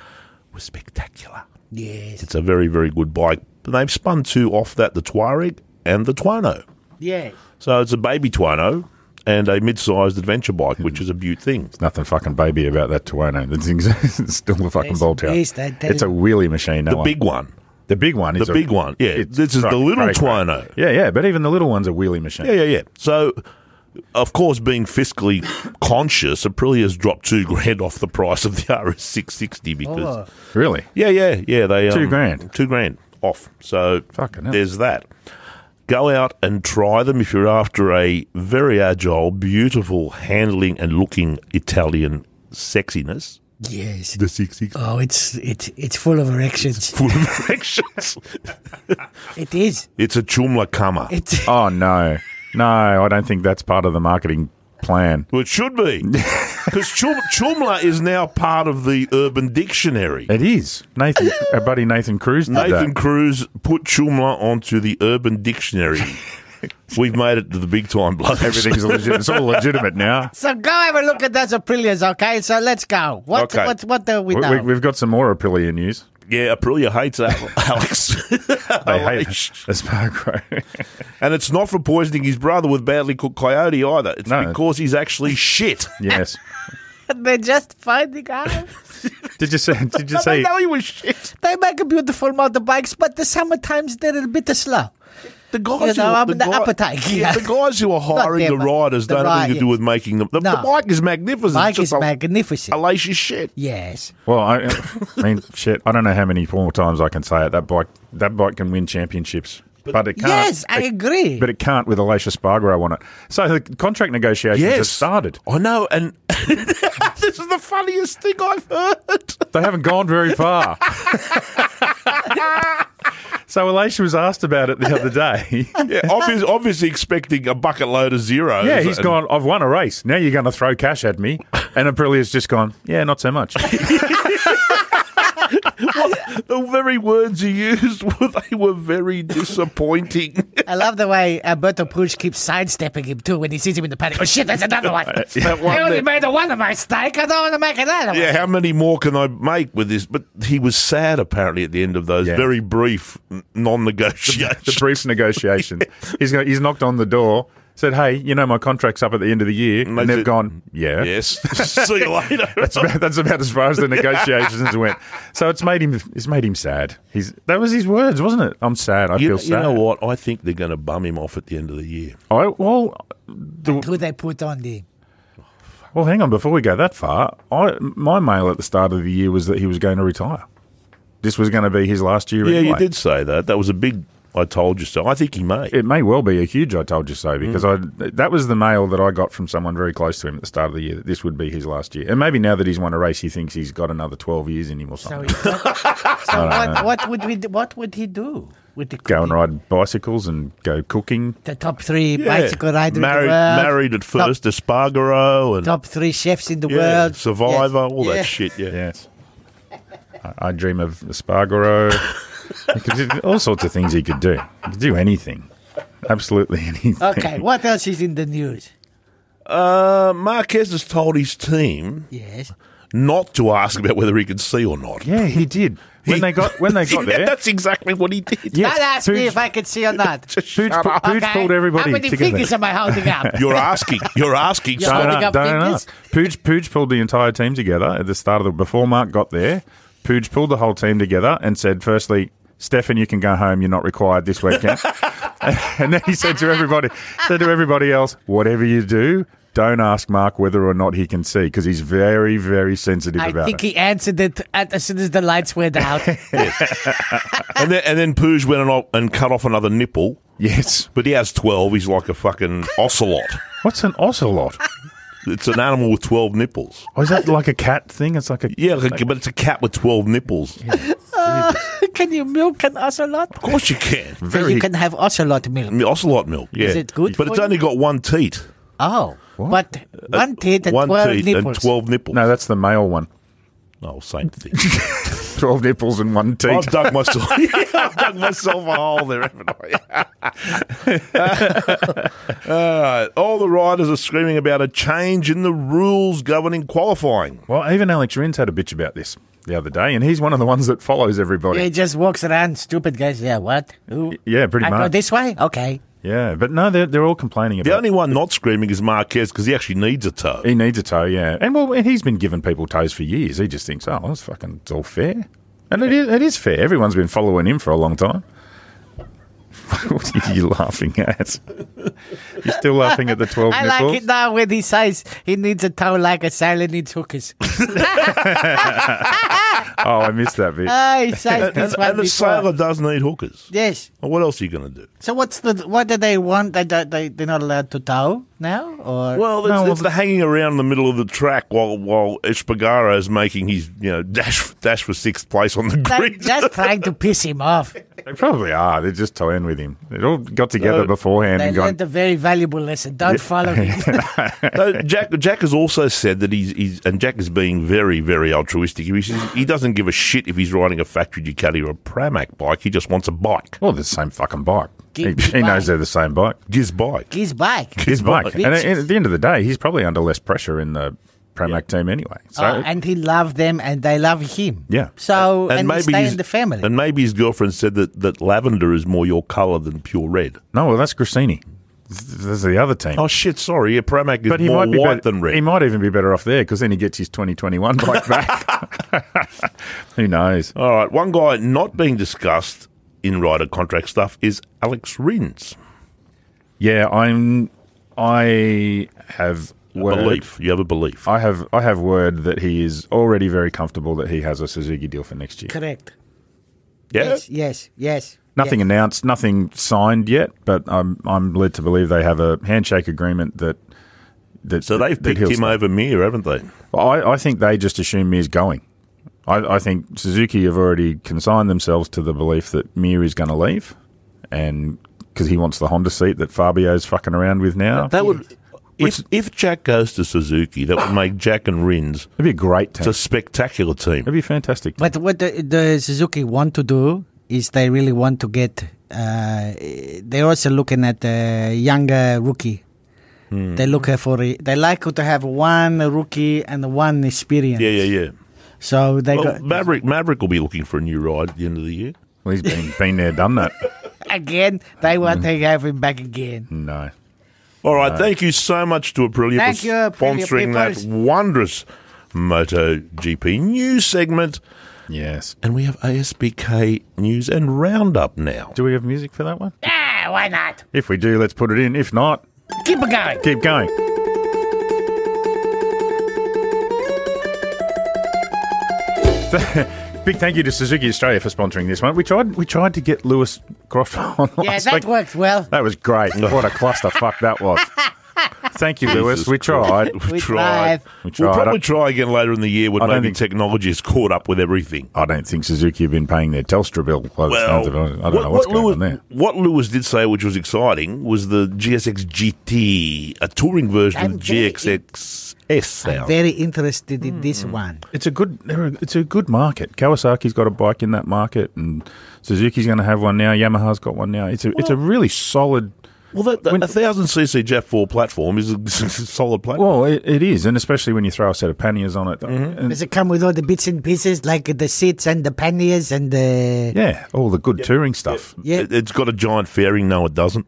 was spectacular.
Yes.
It's a very, very good bike. But they've spun two off that, the Tuareg and the Tuono.
Yeah.
So it's a baby Tuono and a mid-sized adventure bike, which is a beaut thing.
Nothing fucking baby about that Tuono. The thing's it's [LAUGHS] still a fucking
It's
bolt out.
beast, I tell
It's a
you.
wheelie machine. That
The
one.
big one.
the big one, is
the
a-
big one. Yeah,
it's
this is the
cra-
little
crazy.
Twino.
Yeah, yeah, but even the little one's a wheelie machine.
Yeah, yeah, yeah. So, of course, being fiscally conscious, Aprilia's dropped two grand off the price of the RS660 because...
Oh.
Really?
Yeah, yeah, yeah. They
Two
um,
grand.
two grand off. So
Fucking hell.
there's that. Go out and try them if you're after a very agile, beautiful handling and looking Italian sexiness.
Yes.
The six six
Oh, it's it's it's full of erections.
full of [LAUGHS] erections.
It is.
It's a chumla kama.
It's [LAUGHS]
Oh no, no, I don't think that's part of the marketing plan.
Well, it
[LAUGHS]
should be because chum- chumla is now part of the Urban Dictionary.
It is Nathan, our buddy Nathan Cruz. Did
Nathan
that.
Cruz put chumla onto the
[LAUGHS]
Urban Dictionary. We've made it to the big time, blood.
Everything's legit. It's all legitimate now.
so go have a look at those Aprilias, okay? So let's go. What
Okay.
what what do we
We,
know?
we, we've got some more Aprilia news.
[LAUGHS] Yeah, Aprilia
[LAUGHS]
hates Al- Alex. [LAUGHS] Oh,
They hate
Alex.
the Sparkrow.
And it's not for poisoning his brother with badly cooked coyote either. It's
No.
because he's
[LAUGHS]
actually shit.
[LAUGHS] yes.
[LAUGHS] They're just finding out.
Did you say? Did you
I
say?
know he was shit.
they make beautiful motorbikes, but the summertimes they're a bit slow.
The guys,
You know,
who,
I'm the appetite, yeah.
the guys who are hiring
them,
the riders
the
don't have anything to do
riders.
with making them. The, the
No.
bike is magnificent. It's
Bike is
just a
magnificent.
Hellacious shit.
Yes.
Well, I, [LAUGHS] I mean, shit. I don't know how many more times I can say it. That bike, that bike can win championships. but it can't.
Yes, I agree.
But it can't with Alicia Spargo on it. So the contract negotiations have
Yes,
started.
I know, and [LAUGHS] this is the funniest thing I've heard.
They haven't gone very [LAUGHS] far. so Alicia was asked about it the other [LAUGHS] day.
Yeah, [LAUGHS] obvious, obviously expecting a bucket load of zeros.
Yeah, he's
And-
gone, I've won a race. Now you're going to throw cash at me. And Aprilia's just gone, yeah, not so [LAUGHS] much.
The very words he used [LAUGHS] were they were very disappointing.
I love the way Alberto Puig keeps sidestepping him too when he sees him in the paddock. Oh shit, that's another
[LAUGHS]
one.
that one
I only
there.
made a one of my steak. I don't want to make another one.
[LAUGHS] yeah, how many more can I make with this? But he was sad apparently at the end of those
Yeah.
very brief n- [LAUGHS] non-negotiations.
the brief negotiations. He's go he's knocked on the door, said, "Hey, you know my contract's up at the end of the year," and,
they
they've
said,
gone, Mm, "Yeah."
yes, [LAUGHS] see you later.
That's about, that's about as far as
[LAUGHS]
the negotiations went. So it's made him it's made him sad. He's that was his words, wasn't it? I'm sad. I
you,
feel
you
sad.
know what? I think they're going to bum him off at the end of the year.
I, well, the,
Who they put on the?
well, hang on. Before we go that far, I my mail at the start of the year was that he was going to retire. This was going to be his last year.
Yeah, you
anyway.
did say that. That was a big. I told you so. I think he may.
It may well be a huge. I told you
Mm.
so because I that was the mail that I got from someone very close to him at the start of the year that this would be his last year, and maybe now that he's won a race, he thinks he's got another twelve years in him or
So,
[LAUGHS]
something.
so what, what would we? Do, what would he do with the
go and ride bicycles and go cooking.
The top three
Yeah.
bicycle rider
married,
in the world,
married at first, Espargaro and
top three chefs in the
yeah,
world,
Survivor,
Yes.
all
Yeah.
that shit. Yeah.
Yes, I, I dream of Espargaro. He could do all sorts of things he could do. He could do anything, absolutely [LAUGHS] anything.
Okay, what else is in the news?
Uh, Marquez has told his team
Yes.
not to ask about whether he could see or not.
Yeah, he did. When
He-
they got
[LAUGHS]
when they got
Yeah,
there,
that's exactly what he did.
yes,
Don't ask me
Pooch-
if I could see or not.
Pooch pu- Pooch
Okay,
pulled everybody
How many
together.
fingers am I holding up?
You're asking. You're asking.
Yeah.
so-
holding up fingers?
Pooch, Pooch pulled the entire team together at the start of the before Mark got there. Pooch pulled the whole team together and said, firstly, Stefan, you can go home. You're not required this
[LAUGHS]
weekend. [LAUGHS] and then he said to everybody, said to everybody else, whatever you do, don't ask Mark whether or not he can see because he's very, very sensitive
I
about
think
it.
he answered it at, as soon as the lights went out.
and then and then Pooj went and, o- and cut off another nipple.
yes.
But he has twelve. He's like a fucking ocelot.
What's an ocelot?
It's an animal with twelve nipples.
Oh, is [LAUGHS] that like a cat thing? It's like a
Yeah, but it's a cat with twelve nipples. Of
can you milk an ocelot?
course you can.
So you can have ocelot milk.
I mean, Ocelot milk, yeah.
Is it good
But
for
it's
you?
only got one teat.
Oh, but one teeth and
one
twelve
teat
nipples.
and 12 nipples.
no, that's the male one.
Oh, same
[LAUGHS]
thing.
Twelve nipples and one teeth.
I've
[LAUGHS]
dug myself. [LAUGHS] I've dug myself a hole there, haven't I? [LAUGHS] all right. Uh, All the riders are screaming about a change in the rules governing qualifying.
Well, even Alex Rins had a bitch about this the other day, and he's one of the ones that follows everybody.
He
Yeah,
just walks around, stupid guys. Yeah, what? Who?
pretty
I go
much.
this way? Okay.
Yeah, but no, they're, they're all complaining
The
about.
only one not screaming is Marquez because he actually needs a toe.
he needs a toe, yeah, and well, and he's been giving people toes for years. He just thinks, oh, it's fucking, it's all fair, and it is, it is fair. Everyone's been following him for a long time. [LAUGHS] what are you laughing at? You're still laughing at the twelve
[LAUGHS] I
nipples.
like it now when he says he needs a toe like a sailor needs hookers.
Oh, I missed that bit.
Ah, he says
And,
this one
and the
before.
sailor does need hookers.
Yes.
Well, what else are you going to do?
So what's the? What do they want? They don't- they they're not allowed to tow now, or
Well, it's, it's the hanging around in the middle of the track while while Espargaro is making his you know dash dash for sixth place on the
they're
grid.
just trying to piss him off.
They probably are. They're just toying with him. They all got together
No.
beforehand
They
and gone.
learned a very valuable lesson. Don't follow
[LAUGHS]
him.
So Jack Jack has also said that he's, he's and Jack is being very very altruistic. He says he doesn't give a shit if he's riding a factory Ducati or a Pramac bike. He just wants a bike,
Well, they're the same fucking bike. He,
Get
he
your
knows
bike.
they're the same bike.
his bike.
His bike.
his bike. And at,
Bitches.
at the end of the day, he's probably under less pressure in the Pramac team anyway. So
Oh, and he loved them, and they love him.
Yeah.
So Oh, and, he stay
his-
in the family.
And maybe his girlfriend said that, that lavender is more your colour than pure red.
no, well, that's Grassini. There's the other team.
Oh shit! Sorry, yeah, Pramac is
but he
more
might be
white
better,
than red.
He might even be better off there because then he gets his 2021 bike back. [LAUGHS] Who knows?
All right, one guy not being discussed in rider contract stuff is Alex Rins.
Yeah, I'm. I have word. Oh,
Belief. You have a belief.
I have. I have word that he is already very comfortable that he has a Suzuki deal for next year.
Correct.
Yeah.
Yes. Yes. Yes.
Nothing announced, nothing signed yet, but I'm I'm led to believe they have a handshake agreement that that
So they've
that
picked
he'll
him
stay.
over Mir, haven't they?
I, I think they just assume Mir's going. I, I think Suzuki have already consigned themselves to the belief that Mir is going to leave, and because he wants the Honda seat that Fabio's fucking around with now.
That would. If, if Jack goes to Suzuki, that would make Jack and Rins
That'd be a great
it's a
team.
spectacular team.
That'd be fantastic.
But what the, the Suzuki want to do is they really want to get. Uh, they're also looking at the younger rookie.
Hmm.
They look for it. They like to have one rookie and one experience.
Yeah, yeah, yeah.
So they
Well,
got
Maverick Maverick will be looking for a new ride at the end of the year.
Well, he's been been there, done that. [LAUGHS]
again. They want to have him back again.
No.
All right, thank you so much to Aprilia
Thank
for
you, Aprilia
sponsoring that
peoples.
wondrous MotoGP news segment.
Yes.
And we have ASBK news and roundup now.
Do we have music for that one?
Ah, why not?
If we do, let's put it in. If not,
Keep it going.
keep going. [LAUGHS] Big thank you to Suzuki Australia for sponsoring this one. We tried we tried to get Lewis Croft [LAUGHS] on last
Yeah, that
week.
worked well.
That was great. What a clusterfuck
[LAUGHS]
that was. Thank you, Lewis.
Jesus
We tried.
Christ.
We
[LAUGHS] We
tried.
tried.
We
We'll
tried.
probably try again later in the year when
I don't
maybe
think-
technology has caught up with everything.
I don't think Suzuki have been paying their Telstra bill. By the sounds of it. I don't know what's going
Lewis,
on there.
what Lewis did say, which was exciting, was the GSX GT, a touring version
I'm
of the
very-
GXXS now.
I'm very interested in this
Hmm.
one.
It's a good. they're a- It's a good market. Kawasaki's got a bike in that market, and Suzuki's going to have one now. Yamaha's got one now. It's a. it's a really solid.
well, that, that
When-
a thousand cc Jet Four platform is a, [LAUGHS] is a solid platform.
Well, it, it is, and especially when you throw a set of panniers on it.
Mm-hmm.
And-
Does it come with all the bits and pieces like the seats and the panniers and the
yeah, all the good touring stuff.
yeah?
It, it's got a giant fairing. No, it doesn't.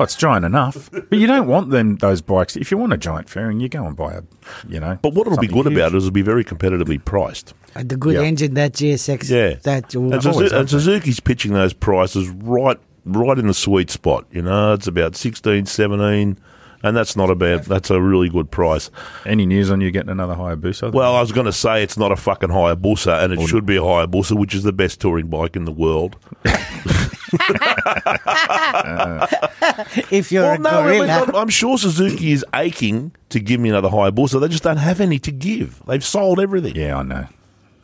Oh, it's giant enough, but you don't want them those bikes. If you want a giant fairing, you go and buy a, you know.
But what it'll be
something
good
huge.
about it is it'll be very competitively priced.
and the good
Yeah.
engine that GSX
Yeah,
that
and, Suzu-
always
and
done that.
Suzuki's pitching those prices right, right in the sweet spot. You know, it's about 16, 17, and that's not a bad. That's a really good price.
Any news on you getting another Hayabusa?
Well, I was going to say it's not a fucking Hayabusa, and it should be a Hayabusa, which is the best touring bike in the world.
if you're a
I mean,
gorilla.
I'm, I'm sure Suzuki is aching to give me another Hayabusa. They just don't have any to give. They've sold everything.
yeah, I know.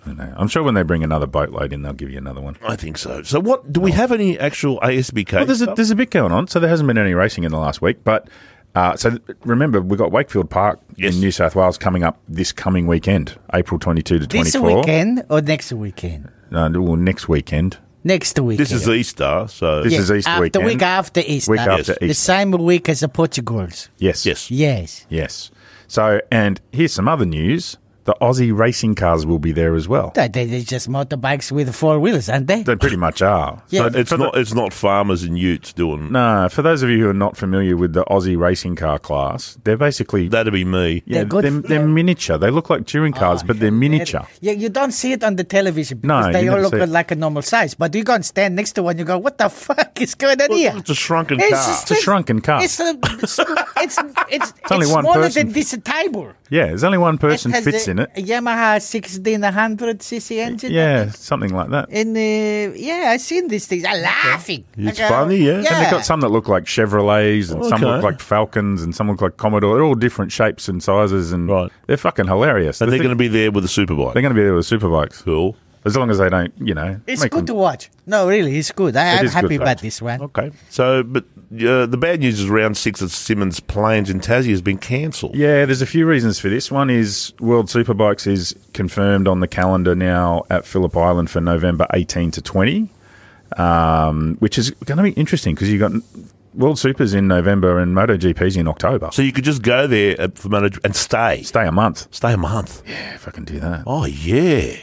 I know. I'm sure when they bring another boatload in, they'll give you another one.
I think so. So, what do we have any actual ASBK?
Oh. Well, there's a,
stuff?
there's a bit going on. So there hasn't been any racing in the last week, but uh, so th- remember we've got Wakefield Park
Yes.
in New South Wales coming up this coming weekend, April 22 to 24.
This weekend or next weekend?
No, well, next weekend.
Next weekend.
this is Easter, so
This is Easter
after
weekend.
week after Easter.
Week after
The
Easter.
same week as the Portugals.
Yes.
yes.
Yes.
Yes. So, and here's some other news: the Aussie racing cars will be there as well.
They, they- they're just motorbikes with four wheels, aren't they?
They pretty much are.
[LAUGHS] Yeah.
It's not. it's not farmers and Utes doing.
No, for those of you who are not familiar with the Aussie racing car class, they're basically
That'd be me.
yeah,
They're good- Oh,
they're, they're miniature. They look like touring cars, but they're miniature.
yeah, you don't see it on the television because
No,
they
you
all
never
look
see it.
like a normal size. But you go and stand next to one, you go, "What the fuck is going on here?"
It's a shrunken
It's
car.
It's
just-
a shrunken car.
It's a, it's it's,
[LAUGHS]
it's,
only one
smaller
person.
than this table.
Yeah, there's only one person
it has
fits
a,
in
A
it.
Yamaha sixteen hundred cc engine.
Yeah, something like that.
And uh, yeah, I've seen these things. I'm laughing. uh,
It's
I go,
funny, yeah.
And they've got some that look like Chevrolets, and some
Okay.
look like Falcons, and some look like Commodore. They're all different shapes and sizes, and
Right.
they're fucking hilarious.
and
The
they're
thing-
going to be there with a superbike.
they're going to be there with superbikes,
Cool.
as long as they don't, you know.
It's
make
good
them-
to watch. No, really, it's good. I,
It
I'm
is good
happy
to
about
watch.
this one.
Okay. So, but uh, the bad news is round six at Simmons Plains in Tassie has been cancelled.
Yeah, there's a few reasons for this. One is World Superbikes is confirmed on the calendar now at Phillip Island for November 18 to 20, um, which is going to be interesting because you've got World Supers in November and MotoGP's in October.
So you could just go there at, for manager and stay.
Stay a month.
Stay a month.
Yeah, if I can do that.
Oh yeah.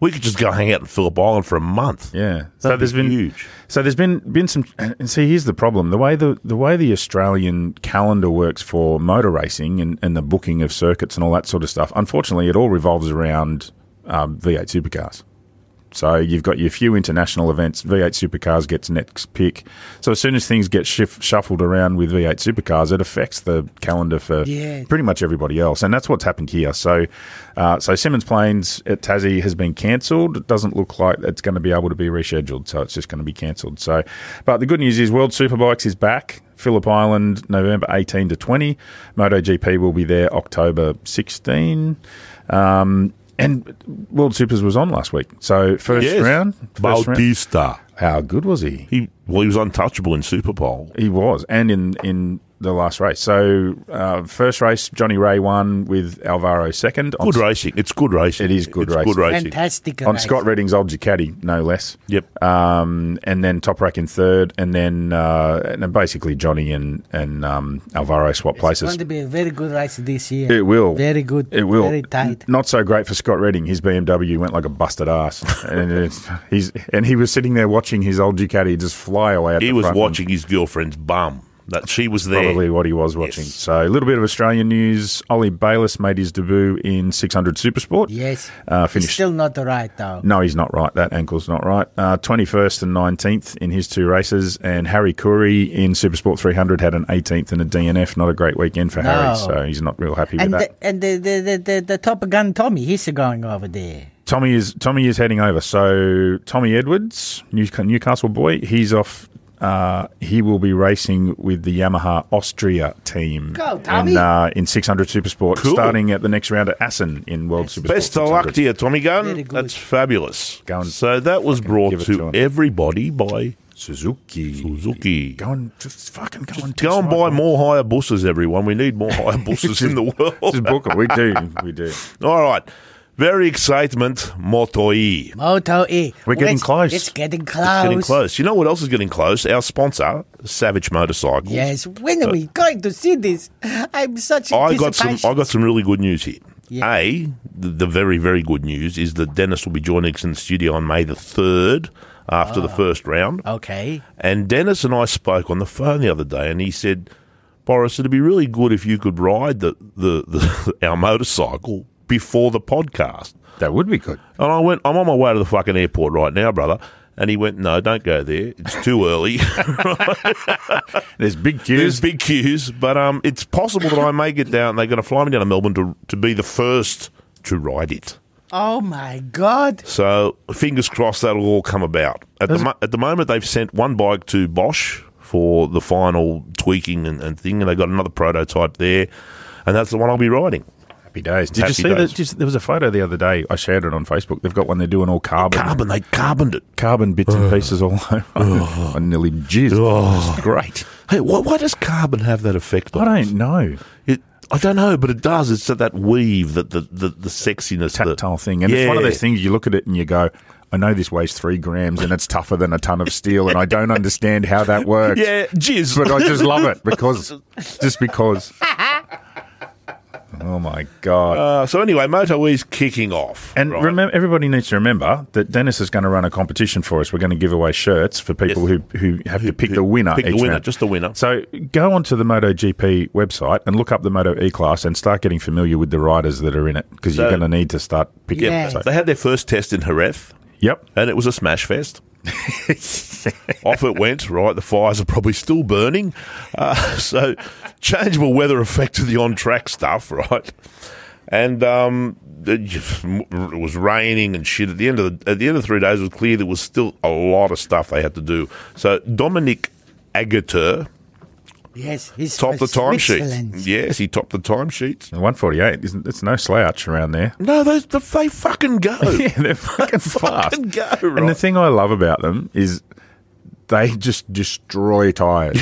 We could just go hang out in Phillip Island for a month.
Yeah.
That'd
there's
be huge.
So there's been been some and see here's the problem. The way the the way the Australian calendar works for motor racing and, and the booking of circuits and all that sort of stuff, unfortunately it all revolves around um, V eight supercars. So you've got your few international events. V8 Supercars gets next pick. So as soon as things get shif- shuffled around with V8 Supercars, it affects the calendar for
Yeah.
pretty much everybody else, and that's what's happened here. So, uh, so Simmons Plains at Tassie has been cancelled. It doesn't look like it's going to be able to be rescheduled, so it's just going to be cancelled. So, but the good news is World Superbikes is back. Phillip Island, November 18 to 20. MotoGP will be there October 16. Um, and World Supers was on last week. So first
Yes.
round, first round.
Bautista.
How good was he?
He well, he was untouchable in Super Bowl.
He was, and in in the last race. So uh, first race, Johnny Ray won with Alvaro second. On
Good racing. It's good racing.
It is good
It's Good racing.
Fantastic.
on
race.
Scott Redding's old Ducati, no less.
Yep.
Um, and then Top Rack in third, and then uh, and then basically Johnny and and um, Alvaro swap
It's
places.
going to be a very good race this year.
It will.
Very good.
It will.
Very tight.
N- Not so great for Scott Redding. His BMW went like a busted ass, [LAUGHS] and it's, he's and he was sitting there watching his old Ducati just fly away. At
He
the
was
front and-
watching his girlfriend's bum. That she was there.
probably what he was watching.
Yes.
So a little bit of Australian news. Ollie Bayliss made his debut in 600 Supersport.
Yes.
Uh,
It's
finished.
still not the right though.
no, he's not right. That ankle's not right. Uh, 21st and 19th in his two races. And Harry Curry in Supersport 300 had an 18th and a DNF. Not a great weekend for Harry,
No.
so he's not real happy
And
with that.
the, and the, the, the, the, the Top Gun Tommy, he's going over there.
Tommy is Tommy is heading over. So Tommy Edwards, New, Newcastle boy, he's off. Uh, he will be racing with the Yamaha Austria team
Go, Tommy.
in, uh, in 600 Supersport,
Cool.
starting at the next round at Assen in World Supersport.
Best of
600.
luck to you, Tommy Gunn.
Very good.
That's fabulous.
Go and-
so that was
give
brought
it
to,
to him.
everybody by
Suzuki.
Suzuki.
Go and just fucking go and
Go and buy more hire buses, everyone. We need more hire buses in the
Just
world.
book it. We do. We do.
[LAUGHS] All right. Very excitement, Motoi.
Moto E.
We're getting
Let's-
close.
It's getting close.
Getting close. You know what else is getting close? Our sponsor, Savage Motorcycles.
Yes. When are we going to see this? I'm such.
I got some.
anticipation.
I got some really good news here.
Yeah.
A, the, the very very good news is that Dennis will be joining us in the studio on May the third after
Ah.
the first round.
Okay.
And Dennis and I spoke on the phone the other day, and he said, "Boris, it'd be really good if you could ride the the, the [LAUGHS] our motorcycle before the podcast."
That would be good.
And I went, I'm on my way to the fucking airport right now, brother. And he went, No, don't go there. It's too early. [LAUGHS]
There's big
There's
queues.
big queues, but um, it's possible that I may get down. They're going to fly me down to Melbourne to, to be the first to ride it.
Oh my God.
So fingers crossed that'll all come about. At the, mo- at the moment, they've sent one bike to Bosch for the final tweaking and, and thing, and they've got another prototype there, and that's the one I'll be riding.
happy days. Did
Happy
you see
days.
that? Just, there was a photo the other day. I shared it on Facebook. They've got one. They're doing all carbon.
Carbon, they carboned it.
carbon bits and pieces all [LAUGHS] over. I nearly jizzed. It's great.
Hey, why, why does carbon have that effect?
I
on us?
don't know.
It, I don't know, but it does. It's that, that weave, that the, the, the sexiness, the-
Tactile thing. And it's one of
Yeah.
those things you look at it and you go, I know this weighs three grams and it's tougher than a ton of steel and I don't understand how that works.
Yeah, jizz.
But I just love it because, just
[LAUGHS]
because. Oh my God.
Uh, so anyway, Moto E's kicking off.
And
right?
remember, everybody needs to remember that Dennis is going to run a competition for us. We're going to give away shirts for people
Yes.
who, who have to pick
who
the winner.
pick the
each
winner,
round.
just the winner.
So go onto the MotoGP website and look up the Moto E class and start getting familiar with the riders that are in it because you're
So-
going to need to start picking.
yeah,
Yeah.
So,
they had their first test in Jerez,
yep.
and it was a smash fest. Off it went, right? The fires are probably still burning. Uh, [LAUGHS] so, changeable weather affected the on track stuff, right? And um, it was raining and shit. At the end of the, at the end of three days, it was clear there was still a lot of stuff they had to do. So Dominic Agater
Yes. He's
topped
Oh,
the
from
timesheet.
Switzerland.
Yes, he topped the timesheets.
And 148 isn't. It's no slouch around there.
No, they, they, they fucking go. [LAUGHS]
[LAUGHS] Yeah, they're fucking fast.
Fucking go,
And the
right.
thing I love about them is they just destroy tires.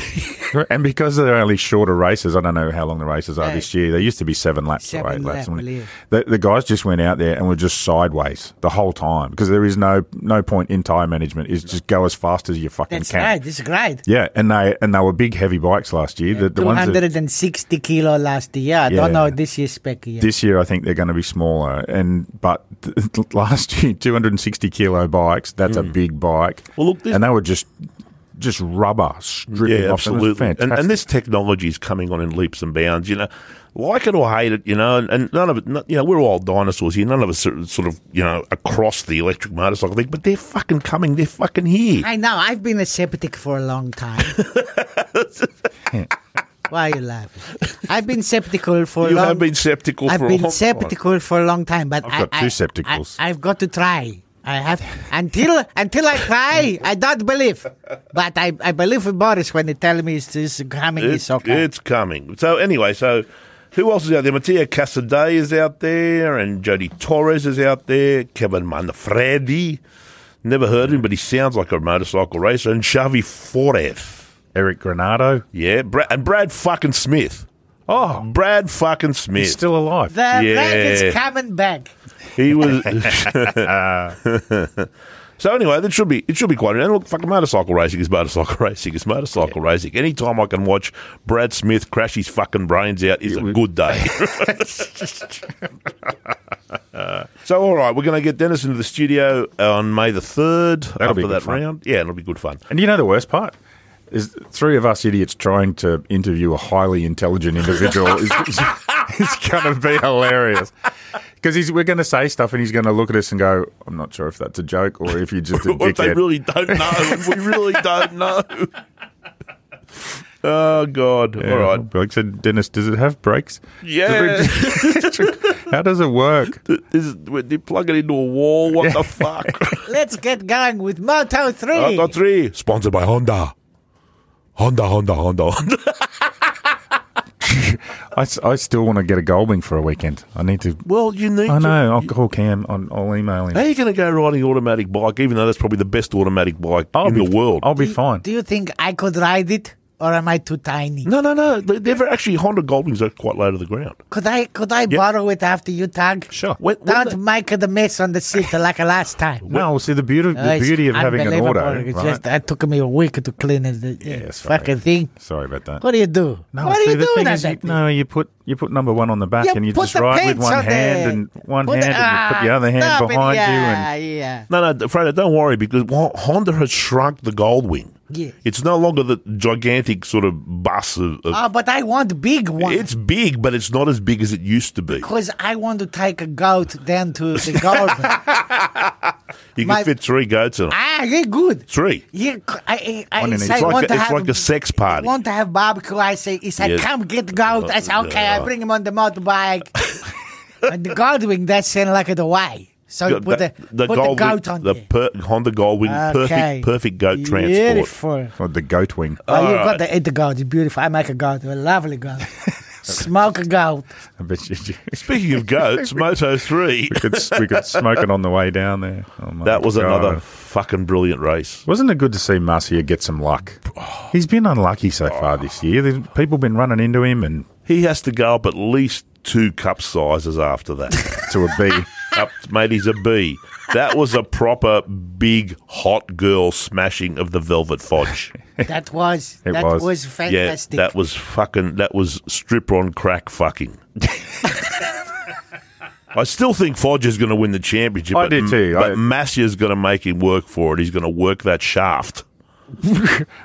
and because they're only shorter races, I don't know how long the races are this year. They used to be seven laps or
Seven
eight laps.
lap, believe.
the, the guys just went out there and were just sideways the whole time because there is no no point in tire management. Is just go as fast as you fucking
That's
can.
right. It's great.
Yeah, and they and they were big heavy bikes last year. the, the ones that
260 kilo last year. I
Yeah.
don't know this year's spec yet.
This year, I think they're going to be smaller. And but [LAUGHS] th- last year, 260 kilo bikes. That's a big bike.
Hmm. Well, look, this-
and they were just just rubber stripping
Yeah,
off. them. It's
absolutely. And,
fantastic.
and this technology is coming on in leaps and bounds. You know, like it or hate it, you know, and, and none of it. no- You know, we're all dinosaurs here. None of us are sort of you know across the electric motorcycle thing, but they're fucking coming. They're fucking here.
I know. I've been a septic for a long
[LAUGHS]
time. Why are you laughing? I've been septical for a
you
long.
have been sceptical
I've
for a
been
long time.
septical for a long time, but
I've
I-
got
I,
two septicals.
I, have got to try. I have until until I try. I don't believe, but I, I believe in Boris when they tell me it's, it's coming. It's,
It's,
okay.
it's coming. So anyway, so who else is out there? Mattia Casadei is out there, and Jody Torres is out there. Kevin Manfredi, never heard of him, but he sounds like a motorcycle racer. And Xavi Foref,
Eric Granado.
yeah, Bra- and Brad fucking Smith.
Oh,
Brad fucking Smith.
he's still alive.
the yeah.
yeah.
is coming back.
[LAUGHS]
he was. [LAUGHS] so anyway, that should be it. Should be quite. And look, fucking motorcycle racing is motorcycle [LAUGHS] racing is motorcycle racing. Anytime I can watch Brad Smith crash his fucking brains out is a
[LAUGHS]
good day. [LAUGHS] so all right, we're going to get Dennis into the studio on May the third
That'll
after
be good
that
fun.
round. Yeah, it'll be good fun.
And you know the worst part is three of us idiots trying to interview a highly intelligent individual
[LAUGHS]
is, going to be hilarious because we're going to say stuff and he's going to look at us and go, "I'm not sure if that's a joke or if you just a
[LAUGHS] Or if they
dickhead."
really don't know, [LAUGHS] If we really don't know. Oh God!
Yeah.
All right,
Like I said, Dennis, does it have brakes?
yeah.
How [LAUGHS] does it work?
Is, when they plug it into a wall, what the fuck? [LAUGHS]
Let's get going with Moto Three.
I've got three. Sponsored by Honda. Honda, Honda, Honda, Honda.
I, s- I still want to get a Goldwing for a weekend. I need to.
[LAUGHS] Well, you need
I
to-
know. I'll call Cam. On, I'll email him.
How are you going to go riding an automatic bike, even though that's probably the best automatic bike
I'll
in
be,
the world?
I'll be fine.
Do you think I could ride it, or am I too tiny?
no, no, no. They- They're actually, Honda Goldwings are quite low to the ground.
Could I could I borrow it after you, Tag?
Sure.
When- when
Don't
the-
make the mess on the seat like last time.
No, see the beauty, the
Uh, it's
beauty of having an
unbelievable.
auto.
It's
right?
just uh, it took me a week to clean it. the-
Yeah, sorry.
fucking thing.
Sorry about that.
What do you do?
No,
what are
see,
you
the
doing
thing
at
is
that?
you- no, you put you put number one on the back
You
and you
put
just
the
ride with
pants
one
on
hand
there.
and one
Put
hand
the- ah,
and you put the other hand
stop it.
behind
yeah,
you.
yeah.
No, no, Fredo, don't worry because Hon- Honda has shrunk the Goldwing.
Yeah.
It's no longer the gigantic sort of bus of. of
Oh, but I want big one.
it's big, but it's not as big as it used to be.
because I want to take a goat then to the
[LAUGHS]
garden.
You can
my-
fit three goats in it.
ah, yeah, good.
Three.
Yeah, c- I, I, I
One in
say
each.
It's like
want
a-
to
it's
have
like a sex party.
Want to have barbecue? I say, he said,
Yes.
come get goat. I say,
Uh,
okay, I bring him on the
[LAUGHS]
motorbike. and the goat wing that sent like the way. So you put the, put the
Goldwing-
goat on
the
there.
per, Honda Goldwing,
Okay.
perfect, perfect goat transport.
Beautiful.
Or oh, the goat wing.
Uh,
Well, you got to eat the goat. It's beautiful. I make a goat. A lovely
[LAUGHS]
goat. Smoke a goat.
I bet you, [LAUGHS] you-
Speaking
[LAUGHS]
of goats, Moto Three,
we, could, we could smoke it on the way down there. Oh my
that was
God.
another fucking brilliant race.
Wasn't it good to see Marcia get some luck? He's been unlucky so far this year. There's people been running into him and
He has to go up at least two cup sizes
[LAUGHS]
after that.
to a
[LAUGHS]
B.
up, mate, he's a B. That was a proper big hot girl smashing of the velvet fudge.
That was
It
that
was.
was,
Yeah,
fantastic.
that was fucking. That was stripper on
[LAUGHS]
crack fucking. I still think Fodge is going to win the championship.
I
but,
do too.
But
I-
Massier's going to make him work for it. He's going to work that shaft.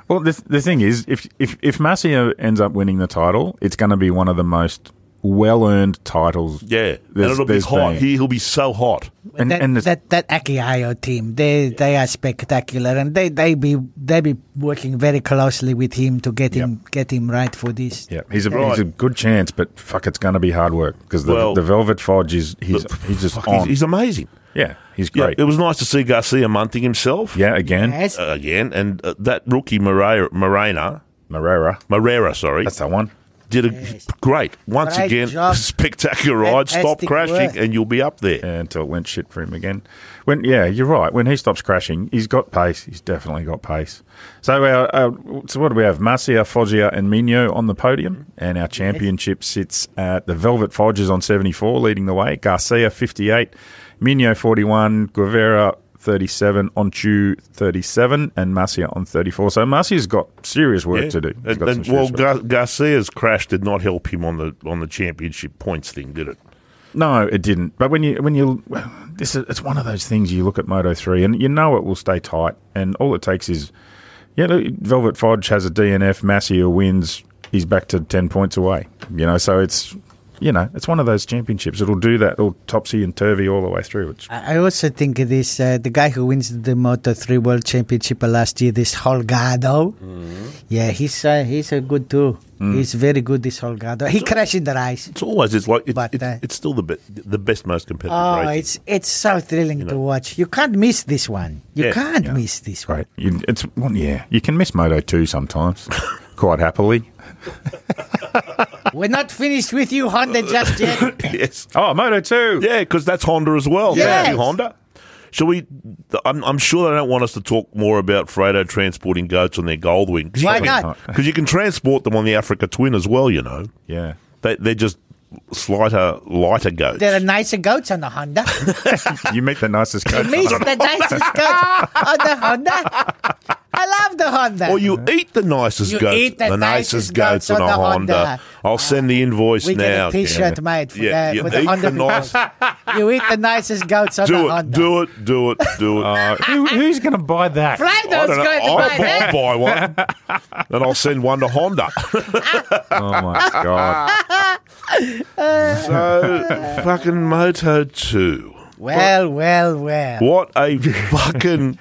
Well, the, the thing is, if if if Marcia ends up winning the title, it's going to be one of the most well earned titles.
Yeah, and
there's-
it'll be
there's
hot.
been.
He, he'll be so hot.
and,
that,
and the-
that that Akihayo team, they they are spectacular, and they they be they be working very closely with him to get him get him right for this.
Yeah, he's a
Right.
he's a good chance, but fuck, it's going to be hard work because the,
Well-
the Velvet Fudge is he's
But
he's just
fuck, he's,
on.
he's amazing.
yeah, he's
Yeah,
great.
it
Yeah,
was nice to see Garcia munting himself
again,
Yes,
uh, again, and uh, that rookie Morera, Morena,
Marrera.
Morera, sorry,
That's the one.
did a great once
Great
again
job.
[LAUGHS] spectacular ride. Stop
Fantastic
crashing,
work.
and you'll be up there.
Yeah, until it went shit for him again. When yeah, you're right. When he stops crashing, he's got pace. He's definitely got pace. So our, our so what do we have? Marcia, Foggia, and Mino on the podium, and our championship sits at the Velvet Fodgers on 74, leading the way. Garcia 58, Mino 41, Guevara. 37 Onchu 37 and Marcia on 34. So Marcia's got serious work
Yeah.
to do. He's
And,
got
and,
some serious
well,
work.
Gar- Garcia's crash did not help him on the on the championship points thing, did it?
No, it didn't. But when you when you this is, it's one of those things you look at Moto three and you know it will stay tight, and all it takes is Yeah, look, Velvet Fodge has a DNF. Massier wins. He's back to ten points away. You know, so it's you know it's one of those championships. It'll do that. It'll topsy and turvy all the way through. It's
I I also think it is uh, the guy who wins the Moto 3 World Championship last year, this Holgado.
Mm-hmm.
Yeah, he's uh, he's a good too. He's very good, this Holgado. He crashed in the race.
It's always it's like it's,
But,
it's,
uh,
it's still the be- the best, most competitive
Oh,
race.
it's it's so thrilling to watch. You can't miss this one. You
Yeah.
can't miss this one.
great. You, it's well, yeah. You can miss Moto two [LAUGHS] sometimes, quite happily.
We're not finished with you, Honda, just
[LAUGHS]
yet.
yes,
Oh, Moto two.
yeah, because that's Honda as well.
Yes.
Thank you, Honda. Shall we? I'm, I'm sure they don't want us to talk more about Fredo transporting goats on their gold wing.
Why not?
Because you can transport them on the Africa Twin as well. You know,
yeah.
they they're just slighter, lighter goats.
There are nicer goats on the Honda.
[LAUGHS] You meet the nicest coach.
It
[LAUGHS]
means the nicest goats on the Honda. I love the Honda.
or Oh, you eat the nicest
Mm-hmm. You
goats,
eat the nicest goats on
on a
the
Honda.
Honda.
I'll send the invoice
we
now.
get a T-shirt
Ken.
made for
Yeah,
the,
you
with the
eat
Honda.
the nice-
people. you eat the nicest goats on
Do
the
it,
Honda.
do it, do it,
[LAUGHS]
do it.
Who, who's going to buy that?
I
Fredo's
don't know.
going to buy
I'll buy,
that.
buy one,
[LAUGHS]
and I'll send one to Honda.
Oh my god!
So fucking Moto Two.
Well, well, well.
What
[LAUGHS]
a fucking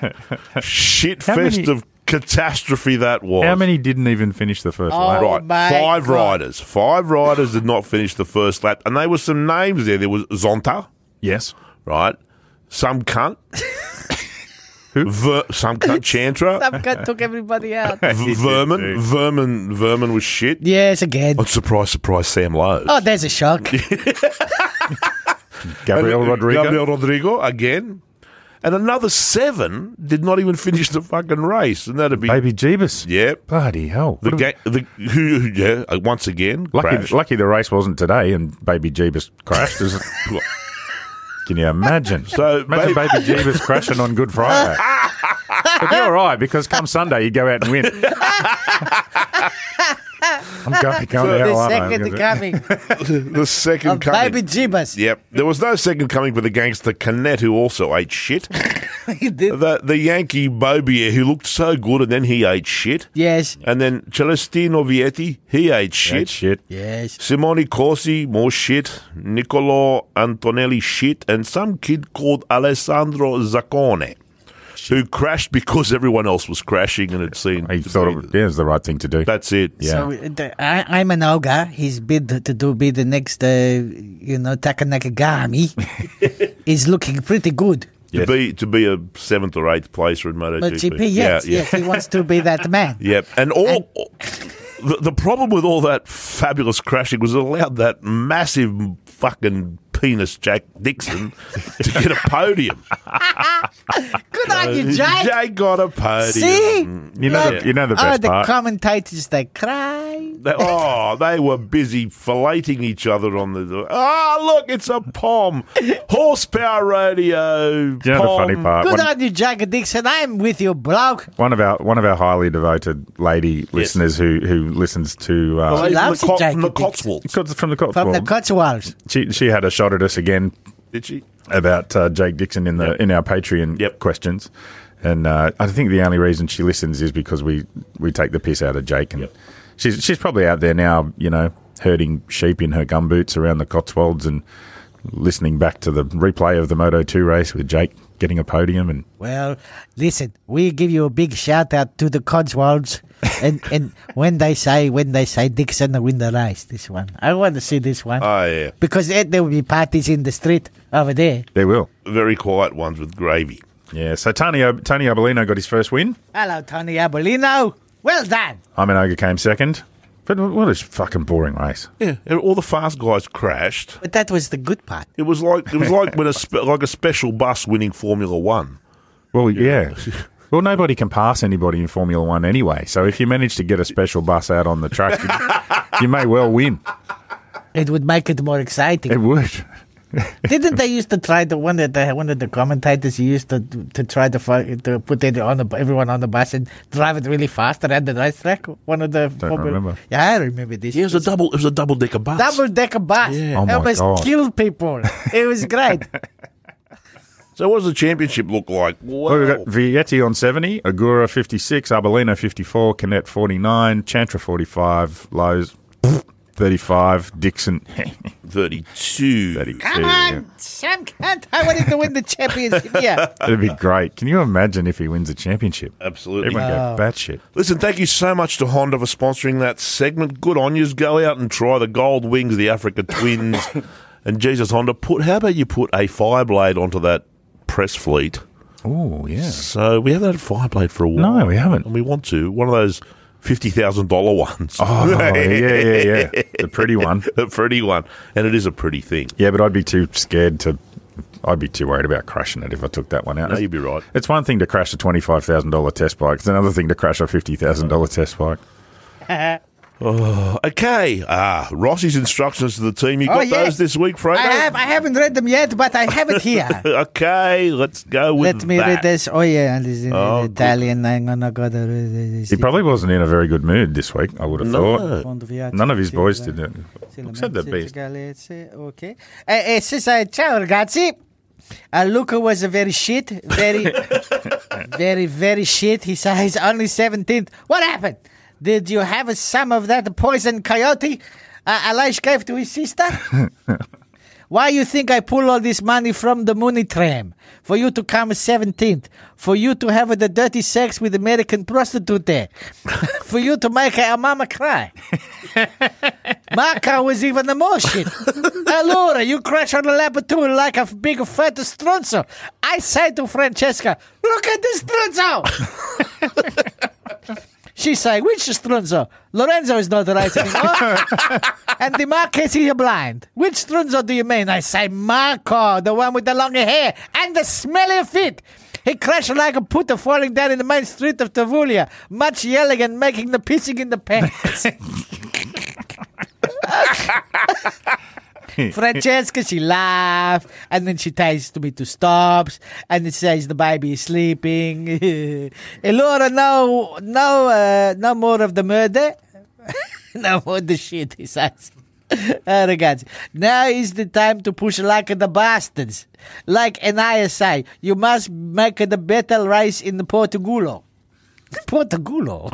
shit
How many-
fest of catastrophe that was.
How many didn't even finish the first
Oh.
lap?
Right,
my
five
God.
riders. Five riders did not finish the first lap, and there were some names there. There was Zonta,
Yes.
right? Some cunt. Who? Ver- some cunt Chantra.
I've got took everybody out.
v- Vermin.
do.
Vermin. Vermin was shit.
[LAUGHS] yes, again.
Oh, surprise, surprise, Sam Lowe.
Oh, there's
[LAUGHS]
a shock.
Gabriel Rodriguez.
uh, Gabriel Rodrigo again. And another seven did not even finish the fucking race. And that'd be.
Baby Jeebus.
Yep.
Bloody hell.
The
What a-
ga- the who, who- yeah, uh, once again, crashed.
lucky, lucky the race wasn't today and Baby Jeebus crashed.
[LAUGHS]
Is it- Can you imagine?
So,
imagine
babe-
Baby Jeebus crashing on Good Friday. It'd be all right because come Sunday you go out and
[LAUGHS]
win. I'm going, going out
the
aren't I? I'm
second
gonna- [LAUGHS]
coming
[LAUGHS] the second
of
coming.
Oh, Baby Jeebus.
Yep, there was no second coming for the gangster Canet, who also ate shit.
[LAUGHS] He did.
the the Yankee Bobier, who looked so good, and then he ate shit.
Yes.
And then Celestino Vietti, he ate shit.
That shit.
Yes.
Simone Corsi, more shit. Niccolo Antonelli, shit. And some kid called Alessandro Zaccone, who crashed because everyone else was crashing and had seen.
He thought it was, yeah, it was the right thing to do.
That's it.
yeah.
So uh, the, I, I'm an ogre. He's bid to do be the next, uh, you know,
[LAUGHS]
Takanakagami. He's looking pretty good.
To be to be a seventh or eighth placer in MotoGP.
But GP, yes, yes, he wants to be
[LAUGHS]
that man.
Yep. And all the, the problem with all that fabulous crashing was it allowed that massive fucking penis Jack Dixon to get a podium.
Good on you, Jake.
Jake got a podium.
See?
Uh, you, know
Look,
the, you know the
oh,
best
the
part.
commentators, they cry.
They- oh, they were busy filleting each other on the. Ah, look, it's a POM. Horsepower radio.
you know the funny
POM.
part?
Good
One-
on you, Jack Dixon. I'm with you, bloke.
one of our one of our highly devoted lady listeners who who listens to uh,
From
loves
the
it,
Cot-
Jake
from the
Dixon.
Cotswolds.
Cots- from the
From
Cotswolds.
the Cotswolds.
she she had a shot at us again
Did she?
about uh, Jake Dixon in the in our Patreon
Yep.
questions, and uh, I think the only reason she listens is because we we take the piss out of Jake, and she's she's probably out there now, you know, herding sheep in her gumboots around the Cotswolds and listening back to the replay of the Moto Two race with Jake getting a podium and
Well, listen, we give you a big shout out to the
[LAUGHS]
Cotswolds. and and when they say when they say Dixon will win the race, this one I want to see this one
Uh,
Oh, yeah.
because eh, there will be parties in the street over there.
they will.
Very quiet ones with gravy.
Yeah, so Tony O- Tony Abolino got his first win.
Hello, Tony Abolino. Well done.
I'm an ogre came second. But what a fucking boring race.
Yeah, and all the fast guys crashed.
But that was the good part.
It was like it was
[LAUGHS]
like when a spe- like a special bus winning Formula One.
Well, yeah. Well, nobody can pass anybody in Formula One anyway. So if you manage to get a special bus out on the track, you, you may well win.
It would make it more exciting.
It would. [LAUGHS]
Didn't they used to try the one that the one of the commentators used to to try to fi- to put it on the, everyone on the bus and drive it really fast around the racetrack? One of the
Don't remember.
Yeah, I remember this.
Yeah, it was a double. It was a double decker bus.
double decker bus.
Oh my
Almost
God.
killed people. It was great.
So what does the championship look like?
Well, we've
Wow.
got Vietti on 70, Agura 56, Arbolino 54, Canet 49, Chantra 45, Lowe's 35, Dixon [LAUGHS]
32.
32.
[LAUGHS] Come on, Sam Kent. I wanted to win the championship. Yeah.
[LAUGHS]
It'd be great. Can you imagine if he wins a championship?
Absolutely.
Everyone go batshit.
Listen, thank you so much to Honda for sponsoring that segment. Good on yous. Go out and try the Gold Wings, the
[LAUGHS]
Africa Twins, and Jesus Honda. Put how about you put a Fireblade onto that press fleet?
Oh, yeah.
So we haven't had a Fireblade for a while.
No, we haven't.
and we want to. One of those fifty thousand dollar ones.
Oh,
[LAUGHS]
yeah, yeah, yeah. The pretty one.
a pretty one, and it is a pretty thing.
Yeah, but I'd be too scared to. I'd be too worried about crashing it if I took that one out.
No, you'd be right.
It's one thing to crash a twenty-five thousand dollar test bike. It's another thing to crash a fifty thousand dollar test bike.
Okay, ah, Rossi's instructions to the team. You
Oh,
got
yeah.
those this week, Fredo?
I have. I haven't read them yet, but I have it
[LAUGHS]
here.
Okay, let's go with
Let me
that.
read this. Oh yeah, this is in
Oh,
Italian. I'm gonna go to this.
He probably wasn't in a very good mood this week. I would have thought.
Fondo viaggio.
None of his boys did
Silva-
it.
Silva-
Said the
Silva-
beast.
Galese, Okay. Eh, eh, since I- ciao ragazzi. Uh, Luca was a very shit, very, very, very shit. He said he's only 17th. What happened? Did you have some of that poison coyote uh, Elish gave to his sister? Why you think I pull all this money from the money tram? For you to come 17th. For you to have the dirty sex with American prostitute there. [LAUGHS] for you to make a mama cry. My car was even the more shit. Allora, you crash on the lap too like a big fat stronzo. I say to Francesca, look at this stronzo. she say, which stronzo? Lorenzo is not right anymore. and the Marquez is blind. Which stronzo do you mean? I say, Marco, the one with the long hair and the smelly feet. He crashed like a putter falling down in the main street of Tavulia, much yelling and making the pissing in the pants. Francesca, she laughs, and then she ties to me to stops, and it says the baby is sleeping. [LAUGHS] Elora, no, no, uh, no more of the murder, [LAUGHS] no more the shit. He says. [LAUGHS] Oh, regards. Now is the time to push like the bastards, like an ISI. You must make the battle rise in the [LAUGHS] Portugulo. [LAUGHS] Portugulo.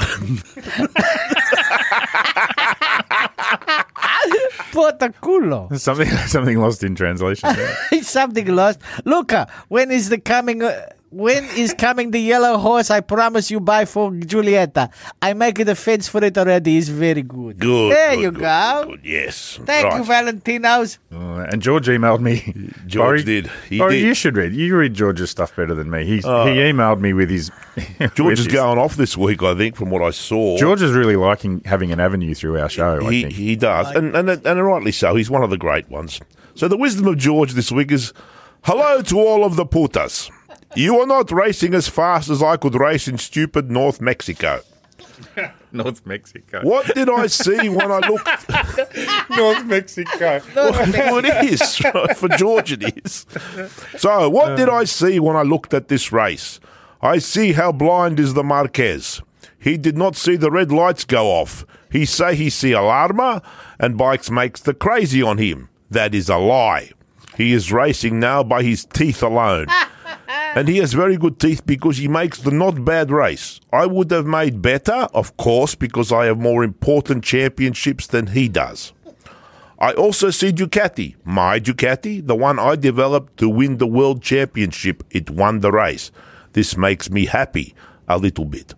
Portugulo.
Something [LAUGHS] something lost in
[LAUGHS]
translation. there.
It's [LAUGHS] something lost. Luca, when is the coming? Uh, when is coming the yellow horse? I promise you, buy for Giulietta. I make the fence for it already. It's very good.
Good.
There
good,
you
good,
go.
good, good, yes.
Thank
Right.
you, Valentinos.
Uh, and George emailed me.
George did. He
Or
did. Uh,
you should read. You read George's stuff better than me. He he emailed me with his. [LAUGHS] with
George is
his-
going off this week, I think, from what I saw.
George is really liking having an avenue through our show. I
he,
think.
he does, and, and and rightly so. He's one of the great ones. So the wisdom of George this week is: hello to all of the putas. You are not racing as fast as I could race in stupid North Mexico.
North Mexico.
What did I see when I looked?
North
[LAUGHS]
Mexico.
well, it is [LAUGHS] right? for George. It is. So, what did I see when I looked at this race? I see how blind is the Marquez. He did not see the red lights go off. He say he see alarma, and bikes makes the crazy on him. That is a lie. He is racing now by his teeth alone. And he has very good teeth because he makes the not bad race. I would have made better, of course, because I have more important championships than he does. I also see Ducati, my Ducati, the one I developed to win the world championship. It won the race. This makes me happy a little bit.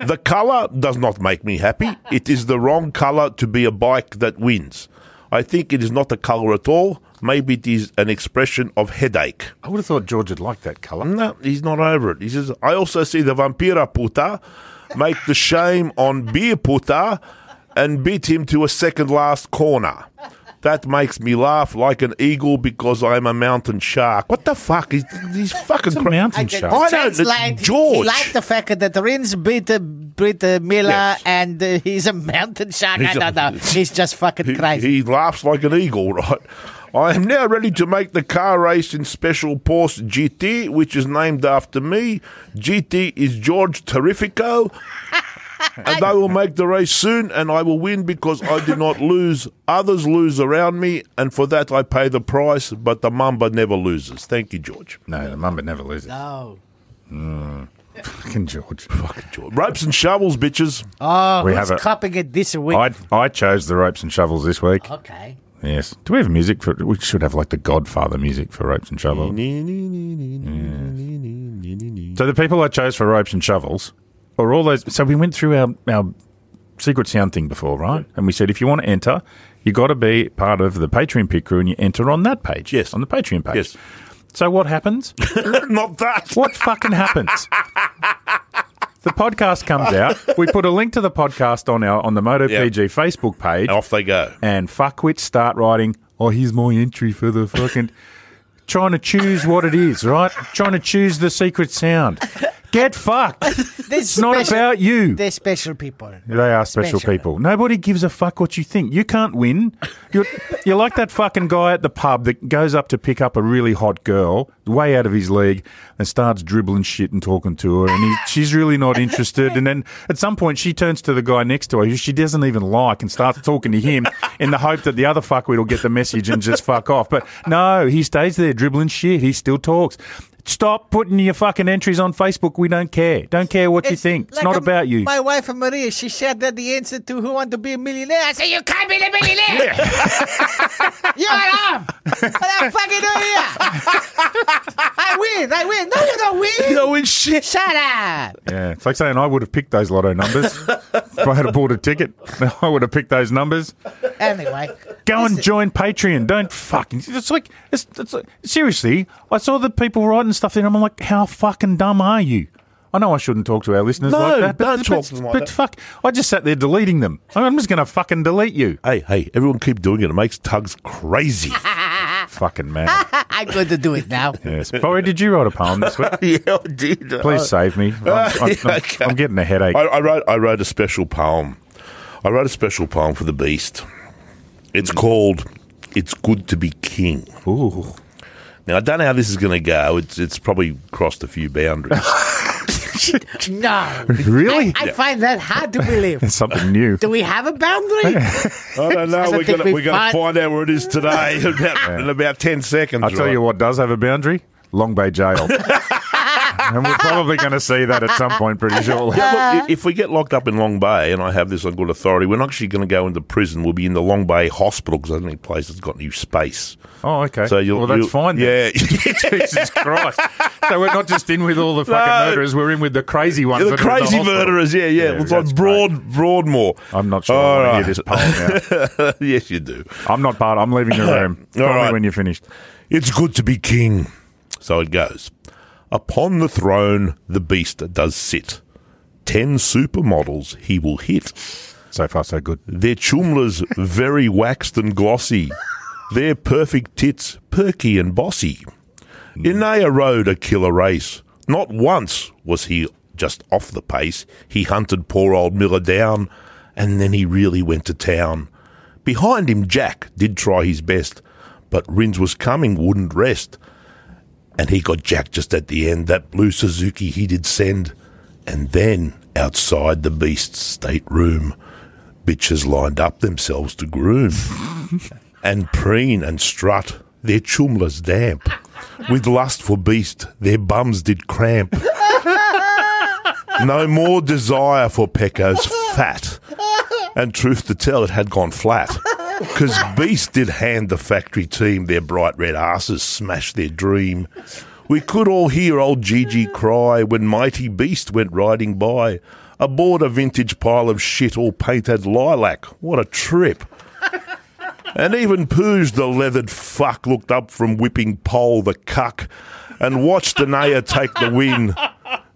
The color does not make me happy. It is the wrong color to be a bike that wins. I think it is not a color at all. Maybe it is an expression of headache.
I would have thought George would like that colour.
No, he's not over it. He says, I also see the Vampira Puta make the shame on Beer Puta and beat him to a second last corner. That makes me laugh like an eagle because I'm a mountain shark. What the fuck? He's, he's fucking
It's a
cra-
mountain
Okay,
shark.
I don't-
Translate. He
George.
liked the fact that Rins beat uh, beat uh, Miller,
Yes.
and uh, he's a mountain shark.
He's
I don't
a- [LAUGHS]
know. He's just fucking
He,
crazy.
he laughs like an eagle, right? I am now ready to make the car race in special Porsche GT, which is named after me. GT is George Terrifico. and they will make the race soon, and I will win because I did not lose. Others lose around me, and for that I pay the price, but the mamba never loses. Thank you, George.
No, the mumba never loses.
Oh.
Fucking George.
Fucking George. Ropes and shovels, bitches.
Oh,
We
we who's
have a-
cupping it this week?
I I chose the ropes and shovels this week.
Okay.
Yes. Do we have music for? We should have like the Godfather music for ropes and shovels.
Mm.
So the people I chose for ropes and shovels are all those. So we went through our, our secret sound thing before, right? And we said if you want to enter, you got to be part of the Patreon pit crew, and you enter on that page.
Yes.
on the Patreon page.
Yes. [LAUGHS]
So what happens?
Not that.
What fucking happens? The podcast comes out. We put a link to the podcast on our on the MotoPG
Yeah. Oh.
PG Facebook page,
And off they go.
and fuckwits start writing. Oh, here's my entry for the fucking. trying to choose what it is, right? Trying to choose the secret sound. Get fucked. It's not about you.
They're special people.
They are special,
Special.
people. Nobody gives a fuck what you think. You can't win.
[LAUGHS]
You're, you're like that fucking guy at the pub that goes up to pick up a really hot girl, way out of his league, and starts dribbling shit and talking to her.
[LAUGHS]
And he, she's really not interested. And then at some point, she turns to the guy next to her, who she doesn't even like, and starts talking to him in the hope that the other fuckwit will get the message and just fuck off. But no, he stays there dribbling shit. He still talks. Stop putting your fucking entries on Facebook. We don't care. Don't care what you think. It's
like
not
a-
about you.
My wife Maria, she shared that the answer to Who Want to Be a Millionaire. I said, You can't be a millionaire. [LAUGHS] You're an arm. What the fuck you doing here? I win. I win. No, you don't win.
No in shit.
Shut up.
Yeah, it's like saying I would have picked those lotto numbers if I had bought a ticket. [LAUGHS] I would have picked those numbers.
Anyway,
Go and join Patreon. Don't fucking. It's like, it's, it's like seriously. I saw the people writing stuff there, and I'm like, how fucking dumb are you? I know I shouldn't talk to our listeners
No,
like that. But,
don't
but,
talk to them like
but
that.
fuck, I just sat there deleting them. I'm just going to fucking delete you.
Hey, hey, everyone keep doing it. It makes Tugs crazy.
Fucking man.
I'm going to do it now. [LAUGHS]
Yes. Bowie, did you write a poem this week?
[LAUGHS] yeah, I did.
Please save
[LAUGHS]
me. I'm, I'm- I'm-
Uh, Okay.
I'm getting a headache.
I, I wrote I wrote a special poem. I wrote a special poem for the beast. It's called "It's Good to Be King."
Ooh.
Now I don't know how this is going to go. It's it's probably crossed a few boundaries.
No.
Really?
I find that hard to believe.
It's something new.
[LAUGHS]
Do we have a
[LAUGHS]
boundary?
[LAUGHS] I don't know.
I
we're
think
going
we
we're going to
find-
find out where it is today
[LAUGHS]
in about, in about ten seconds.
I'll tell
right?
you what does have a boundary Long Bay Jail. and we're probably going to see that at some point pretty shortly.
Yeah, look, i- if we get locked up in Long Bay, and I have this on good authority, we're not actually going to go into prison. We'll be in the Long Bay Hospital because I don't think the place has got new space.
Oh, okay.
So you'll,
well, that's
you'll-
fine. Then.
Yeah,
[LAUGHS]
[LAUGHS]
Jesus Christ. So we're not just in with all the fucking
No.
murderers, we're in with the crazy ones.
Yeah, the
that are in
crazy
hospital.
murderers. Yeah, yeah.
Yeah,
it's like
that's
Broad Broadmoor.
I'm not sure I
All
want
right.
to hear this poem now.
[LAUGHS] yes, you do.
I'm not part. I'm leaving the room.
All
Tell me
right.
when you're finished.
It's good to be king. So it goes. Upon the throne the beast does sit. Ten supermodels he will hit.
So far, so good.
Their chumlas very waxed and glossy. Their perfect tits perky and bossy. Inaya rode a killer race. Not once was he just off the pace. He hunted poor old Miller down, and then he really went to town. Behind him, Jack did try his best, but Rins was coming, wouldn't rest. And he got Jack just at the end, that blue Suzuki he did send. And then, outside the beast's stateroom, bitches lined up themselves to groom and preen and strut, their chumlas damp. With lust for beast, their bums did cramp. No more desire for Pecco's fat. [LAUGHS] And truth to tell, it had gone flat. Because Beast did hand the factory team their bright red asses, smash their dream. We could all hear old Gigi cry when Mighty Beast went riding by. Aboard a vintage pile of shit all painted lilac. What a trip. And even Pooge, the leathered fuck, looked up from whipping pole, the cuck, and watched Anaya take the win,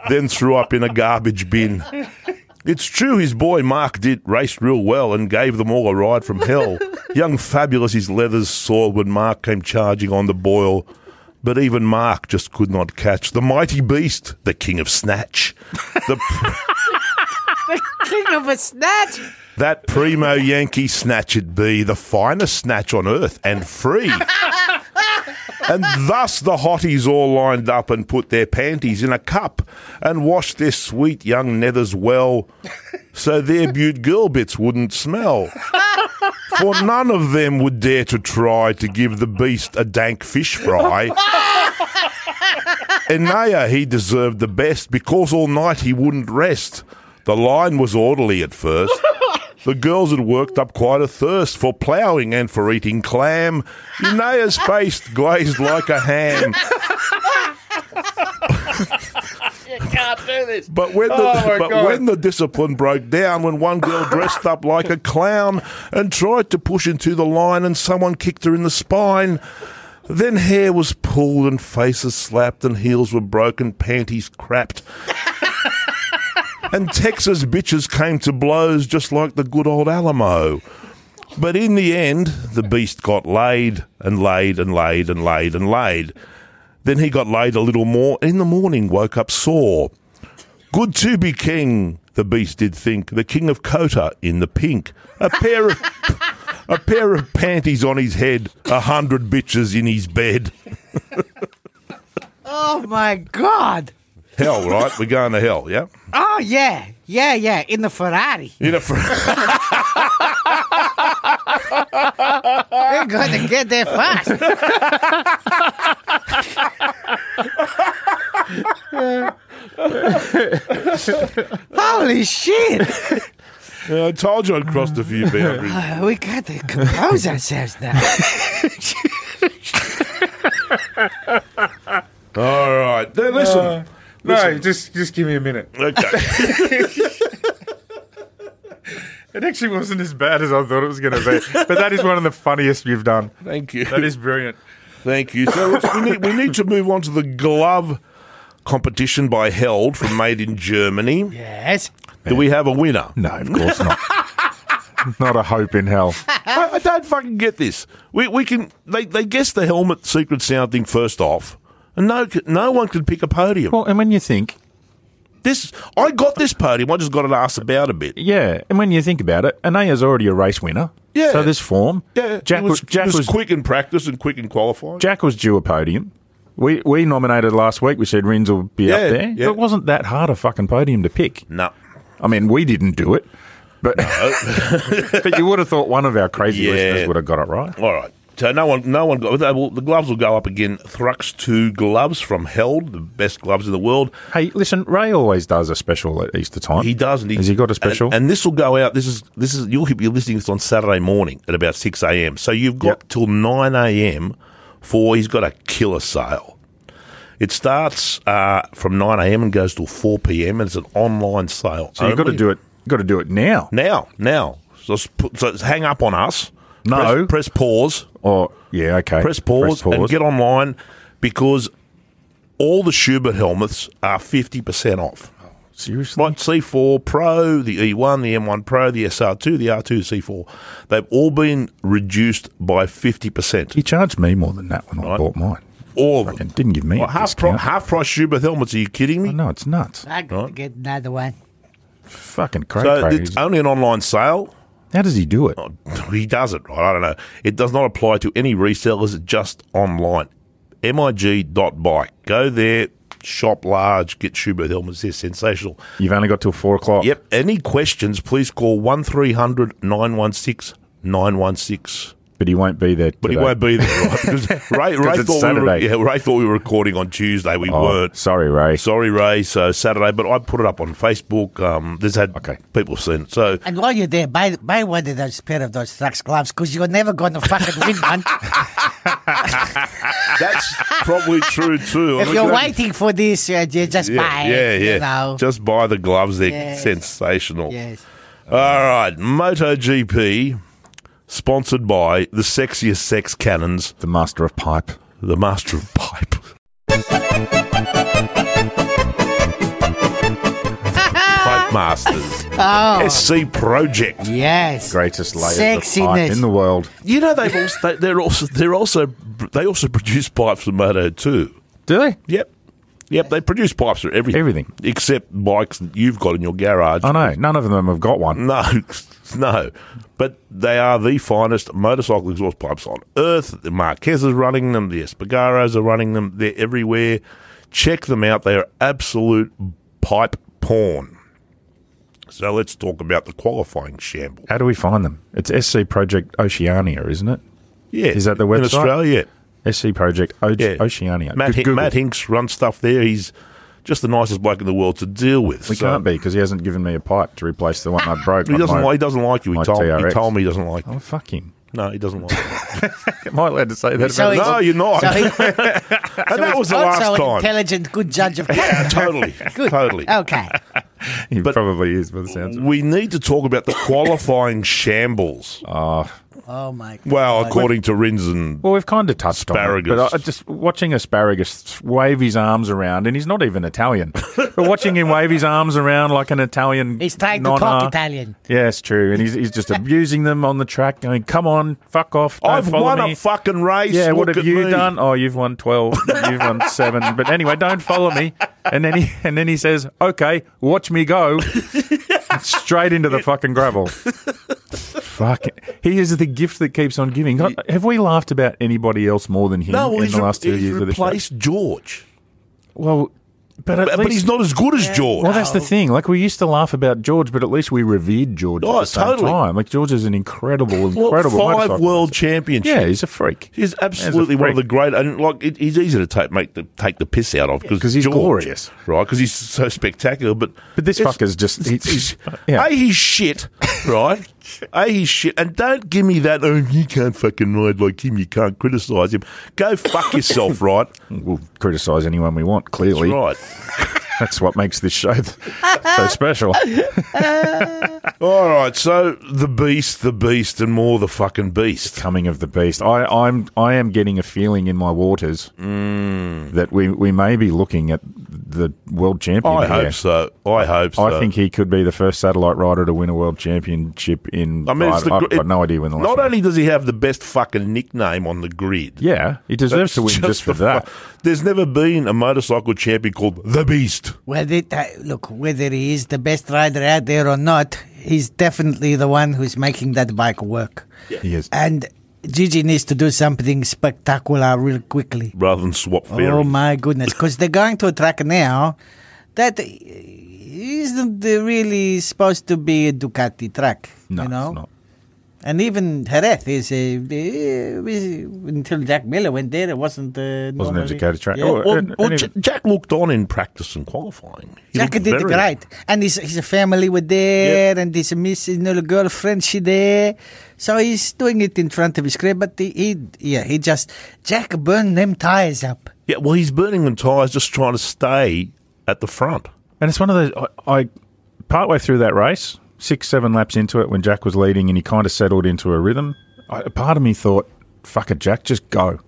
then threw up in a garbage bin. It's true his boy Mark did race real well and gave them all a ride from hell. Young Fabulous, his leathers soiled when Mark came charging on the boil. But even Mark just could not catch the mighty beast, the king of snatch. The
King of a snatch.
that primo Yankee snatch it be, the finest snatch on earth and free. and thus the hotties all lined up and put their panties in a cup and washed their sweet young nethers well so their butte girl bits wouldn't smell. For none of them would dare to try to give the beast a dank fish fry. Enea he deserved the best because all night he wouldn't rest. The line was orderly at first. The girls had worked up quite a thirst for ploughing and for eating clam. Enea's face glazed like a ham.
Can't do this.
But when the
Oh, my
but
God.
when the discipline broke down, when one girl dressed up like a clown and tried to push into the line, and someone kicked her in the spine. Then hair was pulled and faces slapped and heels were broken, panties crapped. and Texas bitches came to blows just like the good old Alamo. But in the end, the beast got laid and laid and laid and laid and laid. Then he got laid a little more and in the morning woke up sore. Good to be king, the beast did think, the king of Kota in the pink. A pair of a pair of panties on his head, a hundred bitches in his bed.
Oh my God.
Hell, right? We're going to hell, yeah?
Oh yeah, yeah, yeah. In the Ferrari,
You know, [LAUGHS] for,
we're going to get there fast. Holy shit!
I told you I'd crossed a few boundaries.
Uh, We got to compose ourselves now.
All right. Then listen.
Uh.
No, just just give me a minute.
[LAUGHS]
Okay.
It actually wasn't as bad as I thought it was going to be, but that is one of the funniest you've done.
Thank you.
That is brilliant.
Thank you. So we need, we need to move on to the glove competition by Held from Made in Germany.
yes.
Do we have a winner?
No, of course not. [LAUGHS] not a hope in hell.
I, I don't fucking get this. We we can they they guess the helmet secret sound thing first off, and no no one could pick a podium.
Well, and when you think,
this I got this podium. I just got to ask about a bit.
yeah, and when you think about it, Anaya's already a race winner.
Yeah.
So this form,
Yeah,
Jack
it was,
was, Jack
it was
was
quick in practice and quick in qualifying.
Jack was due a podium. We we nominated last week. We said Rins will be
Yeah,
up there.
yeah.
It wasn't that hard a fucking podium to pick.
no.
I mean, we didn't do it, but [LAUGHS] but you would have thought one of our crazy
Yeah.
listeners would have got it right.
All right. So no one, no one got. They will, the gloves will go up again. Thrux two gloves from Held, the best gloves in the world.
Hey, listen, Ray always does a special at Easter time.
He does, and he,
Has he got a special?
And, and this will go out. This is this is you'll be listening to this on Saturday morning at about six a.m. So you've got
Yep.
till nine a.m. for he's got a killer sale. It starts uh, from nine a.m. and goes till four p.m. and it's an online sale.
so you've got to do it. You've got to do it now,
now. Now, so, s- put, so hang up on us.
No.
press, press pause
or yeah, okay.
press pause, and get online because all the Schubert helmets are 50% off.
Seriously,
Like C4 Pro, the E1, the M1 Pro, the SR2, the R2, C4, they've all been reduced by 50%.
he charged me more than that when I
Right.
bought mine.
All of
Fucking
them.
didn't give me
Well,
a
half, pro-
discount.
half price Schubert helmets, are you kidding
I
me?
know Oh, it's nuts.
I got to get another one.
Fucking crazy.
So it's um, Oh. only an online sale. [LAUGHS]
How does he do it?
He does it, right? I don't know. It does not apply to any resellers, just online. MIG.bike. Go there, shop large, get Schubert helmets. They're sensational.
You've only got till four o'clock.
Yep. Any questions, please call 1300 916 916.
but he won't be there.
But he won't be there,
[LAUGHS]
right? Because Ray, Ray,
it's
thought we were,
Saturday.
yeah, Ray thought we were recording on Tuesday. We weren't.
Oh, Sorry, Ray.
Sorry, Ray. So Saturday, but I put it up on Facebook. Um, there's had
Okay.
people have seen it. So
And while you're there, buy buy one of those pair of those Thrux gloves because you're never going to fucking win
[LAUGHS]
one.
that's probably true too.
if you're waiting for this, uh, you just
yeah,
buy.
yeah,
it,
yeah.
You know.
Just buy the gloves. They're
Yes.
sensational.
yes.
All right, MotoGP, sponsored by the sexiest sex cannons,
the master of pipe.
the master of pipe. Pipe Masters.
Oh,
SC Project.
yes.
Greatest layers of pipe
Sexiness.
in the world.
You know they've also, they're also they're also they also produce pipes for Moto too.
Do they?
Yep. Yep, they produce pipes for everything.
Everything.
Except bikes that you've got in your garage.
I know. None of them have got one.
No, [LAUGHS] no. But they are the finest motorcycle exhaust pipes on earth. The Marquez is running them. The Espargaros are running them. They're everywhere. Check them out. They are absolute pipe porn. So let's talk about the qualifying shamble.
How do we find them? It's SC Project Oceania, isn't it?
Yeah.
Is that the
In
website?
Australia,
SC Project o-
yeah.
Oceania.
Matt,
Go-
Hin-
Google.
Matt Hinks runs stuff there. He's just the nicest bloke in the world to deal with.
We
So-
can't be because he hasn't given me a pipe to replace the one I broke.
uh, [LAUGHS] He
on
doesn't,
my-
like, he doesn't like you. He
my
told, he
TRX.
told me he doesn't
[LAUGHS]
like you.
Oh, fuck him.
No, he doesn't like you.
Am I allowed to say that?
So
about
he's-
No, you're not.
So he,
and [LAUGHS] that was
also
the last
an
time.
intelligent, good judge
[LAUGHS]
of
Yeah,
[LAUGHS]
totally. totally.
Oh.
Okay.
he
but-
probably is, by the sounds of it.
We need to talk about the
[LAUGHS]
qualifying shambles.
Oh my god.
Well, according to Rinsen,
Well, we've kind of touched on it,
Asparagus.
but I, just watching asparagus wave his arms around, and he's not even Italian.
[LAUGHS]
but watching him wave his arms around like an Italian,
He's trying to
nonna.
talk Italian.
Yeah, it's true, and he's, he's
[LAUGHS]
just abusing them on the track, going, "Come on, fuck off! Don't
I've
follow
won
me."
a fucking race.
yeah, what
look
have
at
you
me.
done? Oh, you've won twelve. you've won seven. But anyway, don't follow me. And then he [LAUGHS] and then he says, "Okay, watch me
[LAUGHS]
go." Straight into the fucking gravel. Fuck it. He is the gift that keeps on giving. God, have we laughed about anybody else more than him
No, well,
in
he's,
the
re-
last two
he's
years of the show?
replaced George,
Well, but at
but, but
least
he's not as good as George.
well, that's the thing. Like we used to laugh about George, but at least we revered George
Oh,
at the same
totally.
time. Like George is an incredible,
Well,
incredible
five
motorcycle
world
racer.
championships.
Yeah, he's a freak.
He's absolutely
He's a
one of the
freak.
great, and like it, he's easy to take make the take the piss out of because
'cause he's glorious.
right? Because he's so spectacular. But
But this
it's-
fucker's just he's,
he's,
yeah.
a he's shit,
[LAUGHS]
right? a he's shit, and don't give me that. Oh, you can't fucking ride like him. You can't criticize him.
[LAUGHS]
Go fuck yourself, right?
we'll criticise anyone we want. Clearly, that's,
Right.
what makes this show th- so
[LAUGHS]
special.
All right. So the beast, the beast, and more the fucking beast.
Coming of the beast. I, I'm I am getting a feeling in my waters
Mm.
that we, we may be looking at the world champion.
I
here.
hope so. I hope so.
I think he could be the first satellite rider to win a world championship in.
I mean, it's the,
I've
gr-
got no idea when the last.
Not
one-
only does he have the best fucking nickname on the grid,
yeah, he deserves
That's
to win just, for
the
that.
fu- There's never been a motorcycle champion called the Beast.
Whether that, look, whether he is the best rider out there or not, he's definitely the one who's making that bike work.
He is.
And Gigi needs to do something spectacular real quickly.
Rather than swap fairies.
Oh my goodness! Because they're going to a track now that isn't really supposed to be a Ducati track.
No,
you
it's
know?
not.
And even Jerez is a, is- until Jack Miller went there, it wasn't uh,
Wasn't
normally-
educated track.
Yeah.
Oh,
Well,
and-
well,
and
J-
even-
Jack looked on in practice and qualifying. He
Jack
looked
did
very-
great, and his his family were there, and his miss his little girlfriend she there, so he's doing it in front of his crib. But he, he yeah, he just Jack burned them tires up.
Yeah, well, he's burning them tires just trying to stay at the front.
And it's one of those. I, I partway through that race, six, seven laps into it, when Jack was leading and he kind of settled into a rhythm, I, a part of me thought, "Fuck it, Jack, just go,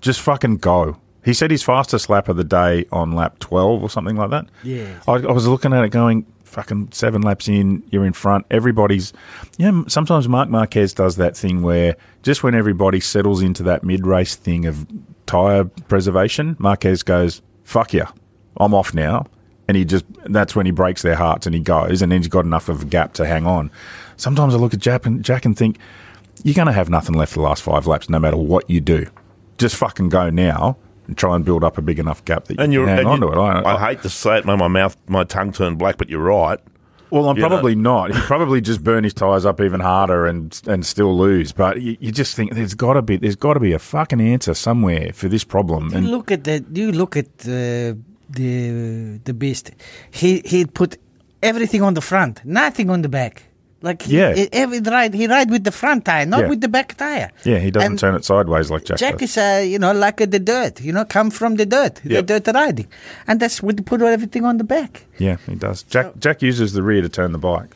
just fucking go." He said his fastest lap of the day on lap twelve or something like that. Yeah, I, I was looking at it going. Fucking seven laps in, you're in front. Everybody's, you know, sometimes Mark Marquez does that thing where just when everybody settles into that mid race thing of tyre preservation, Marquez goes, fuck you, I'm off now and he just that's when he breaks their hearts and he goes and then he's got enough of a gap to hang on sometimes i look at jack and, jack and think you're going to have nothing left for the last five laps no matter what you do just fucking go now and try and build up a big enough gap that you
And
can
you're
hang
and
on
you-
to it I,
I
I-
hate to say it, man, my mouth, my tongue turned black, but you're right.
well i'm
you know.
probably not he probably just burn his tires up even harder and and still lose but you, you just think there's got to be there's got to be a fucking answer somewhere for this problem
You
and
look at the you look at uh, the the beast. He he put everything on the front, nothing on the back. Like he,
Yeah.
he- every ride he ride with the front tire, not
Yeah.
with the back tire.
yeah he doesn't
And
turn it sideways like jack,
Jack
does.
is uh, you know like uh, the dirt, you know, come from the dirt,
Yep.
the dirt riding, and that's what he put everything on the back.
yeah he does jack jack uses the rear to turn the bike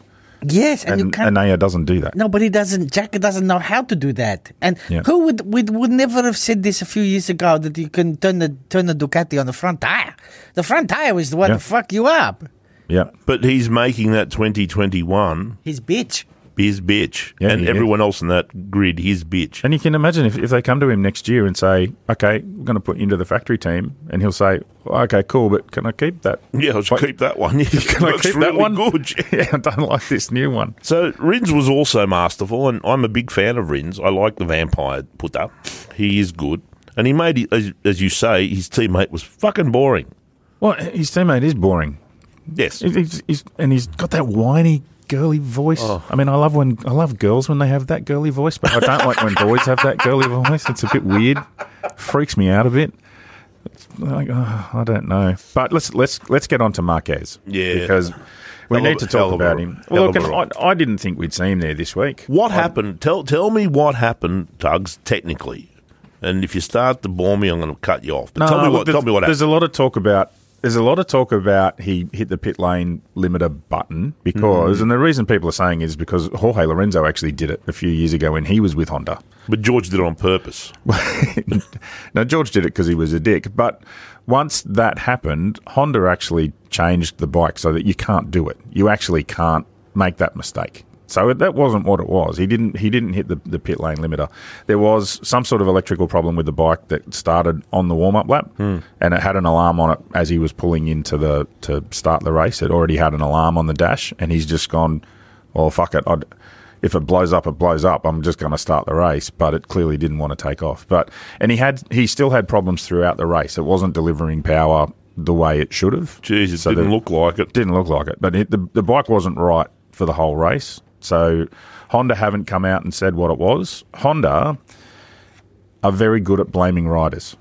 Yes, and, you
and
can't.
anaya doesn't do that
no, but he doesn't. Jack doesn't know how to do that. And
Yeah.
who would would would never have said this a few years ago that you can turn the turn the Ducati on the front tire? The front tire was the one
Yeah.
to fuck you up.
yeah
But he's making that 2021
His bitch.
his bitch,
Yeah,
and
yeah.
everyone else in that grid, his bitch.
And you can imagine if, if they come to him next year and say, okay, we're going to put you into the factory team, and he'll say, okay, cool, but can I keep that?
Yeah, I'll just keep that one. [LAUGHS] Yeah,
Can I
looks
keep
really
that one?
good.
[LAUGHS] Yeah, I don't like this new one.
So Rins was also masterful, and I'm a big fan of Rins. I like the vampire put up. He is good, and he made, as, as you say, his teammate was fucking boring.
Well, his teammate is boring.
Yes,
He's- He's, he's, and he's got that whiny, girly voice.
Oh.
I mean, I love when I love girls when they have that girly voice, but I don't like when boys have that girly voice. It's a bit weird. Freaks me out a bit. It's like, oh, I don't know. But let's let's let's get on to Marquez.
Yeah.
because we
Hell
need
of-
to
hell
talk
of a-
about him.
hell
Well,
of
look,
a
and
run.
I, I didn't think we'd see him there this week.
What happened? Tell tell me what happened, Tugs. Technically, and if you start to bore me, I'm going to cut you off. But tell me
Uh, look,
what.
there's-
Tell me what
There's
happened.
a lot of talk about. There's a lot of talk about he hit the pit lane limiter button
Mm.
because, and the reason people are saying is because Jorge Lorenzo actually did it a few years ago when he was with Honda.
but George did it on purpose.
[LAUGHS] now George did it because he was a dick, but once that happened, Honda actually changed the bike so that you can't do it. You actually can't make that mistake. So it- that wasn't what it was. He didn't. He didn't hit the, the pit lane limiter. There was some sort of electrical problem with the bike that started on the warm up lap, and it had an alarm on it as he was pulling into the to start the race. It already had an alarm on the dash, and he's just gone. Well, Oh, fuck it. I'd, if it blows up, it blows up. I'm just going to start the race. But it clearly didn't want to take off. But and he had he still had problems throughout the race. It wasn't delivering power the way it should have.
Jeez, it
So
didn't
the-
look like it.
Didn't look like it. But it, the the bike wasn't right for the whole race. So Honda haven't come out and said what it was. Honda are very good at blaming riders.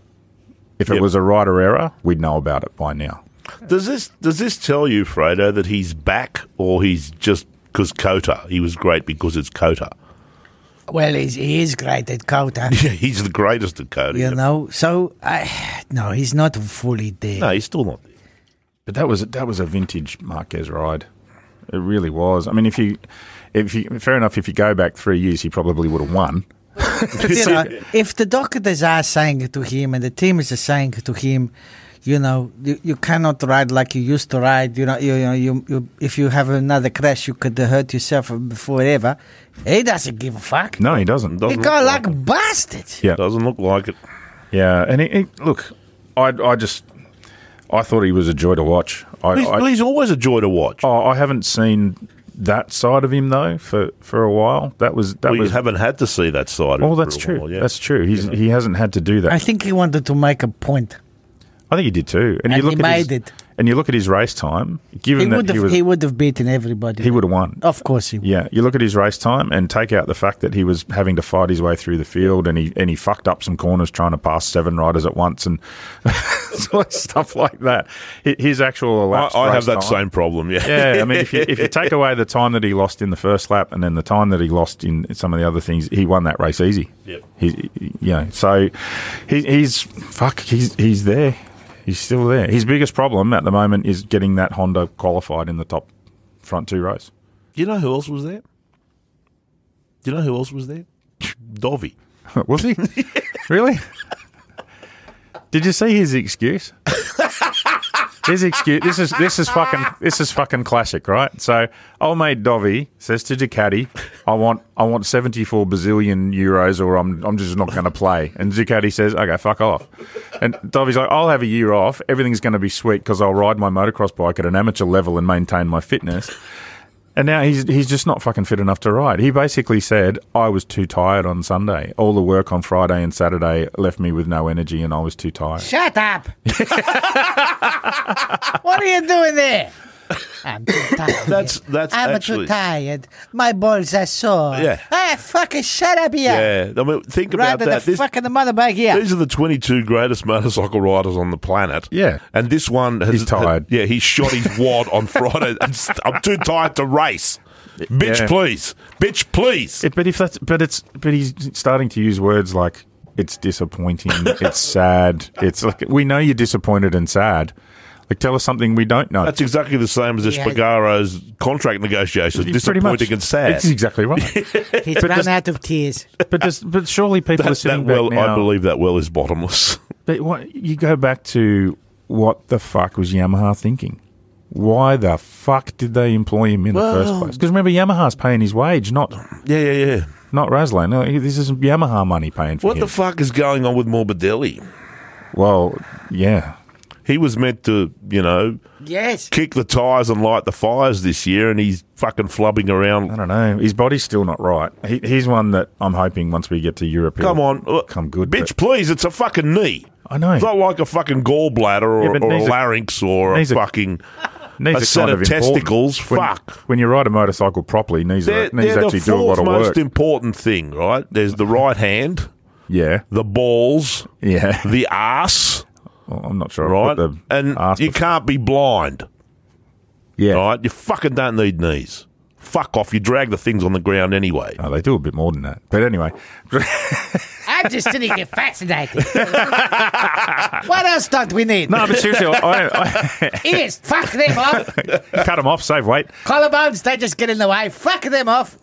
If it
Yep.
was a rider error, we'd know about it by now.
Does this does this tell you, Fredo, that he's back, or he's just because Kota? He was great because it's Kota.
Well, he's, he is great at Kota,
[LAUGHS]
[LAUGHS] Yeah, he's the greatest at Kota.
you know. So, I, no, he's not fully there.
No, he's still not. there.
But that was that was a vintage Marquez ride. It really was. I mean, if you, if you, fair enough. If you go back three years, he probably would have won.
you know, if the doctors are saying to him and the team is saying to him, you know, you, you cannot ride like you used to ride. You know, you, you know, you, you if you have another crash, you could hurt yourself forever. He doesn't give a fuck.
No, he doesn't.
he
Doesn't
go
look
like
it.
bastard.
Yeah.
doesn't look like it.
Yeah, and he, he, look, I, I just, I thought he was a joy to watch. I,
He's,
I,
he's always a joy to watch.
oh, I haven't seen that side of him though for for a while. That was that
we
was.
haven't had to see that side. of
well,
him for
that's
a
true.
while, yeah.
That's true. He's, He hasn't had to do that.
I think he wanted to make a point.
I think he did too. And, you
And
look
he
at his,
made it.
And you look at his race time.
He
Given
would
that he
have
was,
he would have beaten everybody.
he would have won.
of course he would.
Yeah, you look at his race time and take out the fact that he was having to fight his way through the field and he and he fucked up some corners trying to pass seven riders at once and [LAUGHS] sort of stuff like that. Hi- His actual
I,
elapsed
I have
race
that
time-
same problem. Yeah.
Yeah, I mean, if you, if you take away the time that he lost in the first lap and then the time that he lost in some of the other things, he won that race easy.
Yep.
He, he- you know, so he, he's fuck. He's he's there. He's still there. His biggest problem at the moment is getting that Honda qualified in the top front two rows.
[LAUGHS] you know who else was there? Do you know who else was there? Dovey.
[LAUGHS] Was he? really? Did you see his excuse? his excuse. This is this is fucking this is fucking classic, right? So, old mate Dovey says to Ducati, "I want I want seventy four bazillion euros, or I'm I'm just not going to play." And Ducati says, "Okay, fuck off." And Dovey's like, "I'll have a year off. Everything's going to be sweet because I'll ride my motocross bike at an amateur level and maintain my fitness." And now he's he's just not fucking fit enough to ride. He basically said, "I was too tired on Sunday. All the work on Friday and Saturday left me with no energy, and I was too tired."
Shut
[LAUGHS]
up.
What are you doing there? I'm too
[LAUGHS]
tired.
That's that's
I'm
actually
too tired. My balls are sore.
Yeah.
Ah, fucking shut up here.
yeah. I mean, think
Rather
about
the
that. This-
fucking the motorbike here.
These are the 22 greatest motorcycle riders on the planet.
Yeah.
And this one has.
He's tired.
yeah, he shot his wad
[LAUGHS]
on Friday. I'm s- I'm too tired to race. Bitch,
Yeah.
please. Bitch, please.
It, but if that's but it's but he's starting to use words like it's
[LAUGHS]
disappointing, it's sad, it's like we know you're disappointed and sad. Like tell us something we don't know.
That's exactly the same as Espargaro's contract negotiations.
Pretty much.
Disappointing and sad.
It's exactly
[LAUGHS]
right.
He's run out of tears.
but does, but surely people are
That, that
sitting back
well,
now.
I believe that well is bottomless. [LAUGHS]
But what, you go back to what the fuck was Yamaha thinking? Why the fuck did they employ him in the first
Well-
place? Because remember, Yamaha's paying his wage, not
Yeah, yeah, yeah.
not Raslan. No, This is Yamaha money paying for
What
him.
the fuck is going on with Morbidelli?
well, yeah.
He was meant to, you know,
Yes.
kick the tires and light the fires this year, and he's fucking flubbing
I
around.
don't know. His body's still not right. He, he's one that I'm hoping once we get to Europe. he'll
Come on, look,
come good.
bitch,
but-
please. It's a fucking knee.
I know.
It's not like a fucking gallbladder
Yeah,
or,
but
or a
knees are-
larynx or a
knees are-
fucking.
Knees
a
are
set
kind
of
important.
testicles,
When,
fuck.
When you ride a motorcycle properly, knees,
They're,
are, knees
they're the
actually do a lot
fourth
of
most
work.
important thing, right? There's the right hand,
yeah,
the balls,
yeah. [LAUGHS]
the ass,
Well, I'm not sure. I
right?
put the
And
ass
you
before-
can't be blind,
yeah.
right? You fucking don't need knees. Fuck off. You drag the things on the ground anyway.
No, Oh, they do a bit more than that. But anyway, [LAUGHS]
I'm just sitting here
[LAUGHS]
fascinated. what else don't we need?
no, but seriously, I, I, [LAUGHS]
Ears, fuck them
[LAUGHS]
off.
I cut them off, save weight.
Collarbones, they just get in the way. Fuck them
[LAUGHS]
off.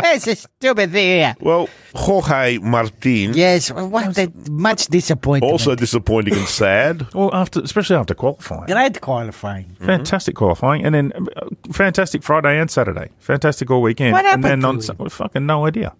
It's a stupid thing here.
Well, Jorge Martin,
Yes. What the, much disappointing.
also disappointing and sad.
[LAUGHS] Well, after especially after qualifying,
Great qualifying.
fantastic qualifying, and then uh, fantastic Friday and Saturday, fantastic all weekend.
What
and
happened
then
to
on
him?
Sun- well, fucking no idea,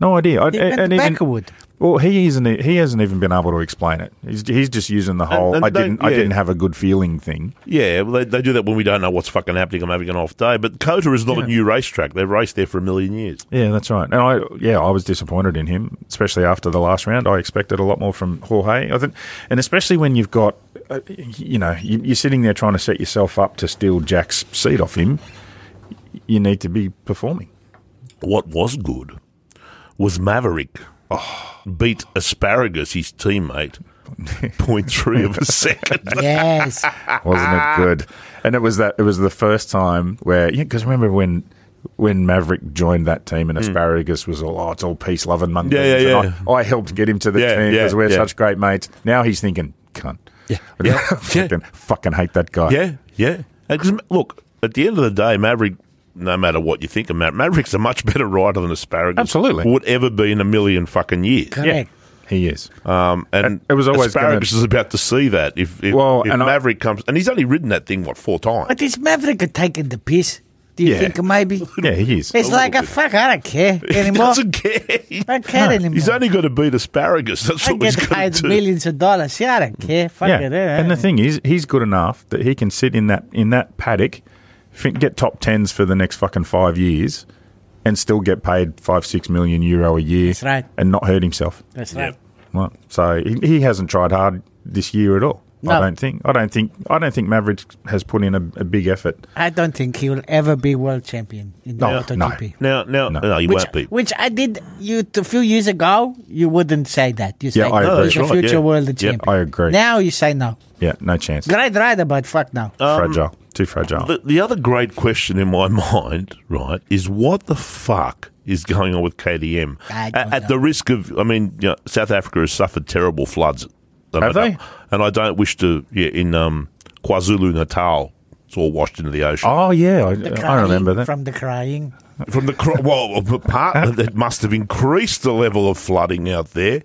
no idea. I,
He
and-
went
and even-
backward.
Well, he isn't. e, He hasn't even been able to explain it. He's, he's just using the whole
and
"I
don't-
didn't, I
yeah.
didn't have a good feeling" thing.
Yeah, well, they, they do that when we don't know what's fucking happening. I'm having an off day. But Kota is not a new racetrack. They've raced there for a million years.
Yeah, that's right. And I, yeah, I was disappointed in him, especially after the last round. I expected a lot more from Jorge. I think, and especially when you've got, uh, you know, you, you're sitting there trying to set yourself up to steal Jack's seat off him. You need to be performing.
What was good was Maverick
Oh.
beat Asparagus,
[LAUGHS]
his teammate, 0.3 of a second.
[LAUGHS]
Yes.
wasn't
Ah.
it good? And it was that it was the first time where because remember when when Maverick joined that team and Asparagus was all oh it's all peace love and money.
Hmm. Yeah, yeah,
I, I helped get him to the
Yeah,
team because
yeah,
we're
yeah.
such great mates. Now he's thinking cunt. [LAUGHS] Yeah,
yeah,
fucking, fucking hate that guy.
Yeah, yeah. Because look, at the end of the day, Maverick, no matter what you think of Maverick, Maverick's a much [LAUGHS] better rider than Asparagus
Absolutely.
would ever be in a million fucking years.
yeah,
Correct.
he is.
Um, and
It was always
Asparagus
gonna-
is about to see that if, if,
Well,
if
and I-
Maverick comes, and he's only ridden that thing what four times.
But is Maverick taking the piss? Do you
Yeah.
think maybe?
yeah, he is.
It's like, a
bit.
fuck, I
[LAUGHS]
don't care
[LAUGHS] He
anymore.
doesn't care.
I don't care anymore.
He's only going to beat Asparagus. That's
I
what he's
get
going
paid
to do.
millions of dollars. Yeah, I don't
Mm.
care. Fuck
yeah,
it. eh?
and the thing is, he's good enough that he can sit in that in that paddock, fin- get top tens for the next fucking five years, and still get paid five six million euro a year.
That's right.
and not hurt himself.
That's right.
Right. So he, he hasn't tried hard this year at all. I
No.
don't think. I don't think. I don't think Maverick has put in a, a big effort.
I don't think he will ever be world champion in
No,
the
no.
MotoGP.
Now, now, no, he
Which,
won't be.
which I did you t- a few years ago. You wouldn't say that. You say "Oh,
Yeah, I agree.
he's a
That's right,
future
yeah.
world
Yep,
champion.
I agree.
Now you say no.
Yeah, no chance.
Great rider, but fuck no.
fragile. Too fragile.
The, the other great question in my [LAUGHS] mind, right, is what the fuck is going on with KDM?
I
At,
don't
at the risk of, I mean, you know, South Africa has suffered terrible floods. And
Have
I don't-
they?
And I don't wish to, yeah, in um, KwaZulu Natal, it's all washed into the ocean.
oh yeah, I, I
Crying
remember that.
from the crying.
From the, cro- well, [LAUGHS] part that must have increased the level of flooding out there.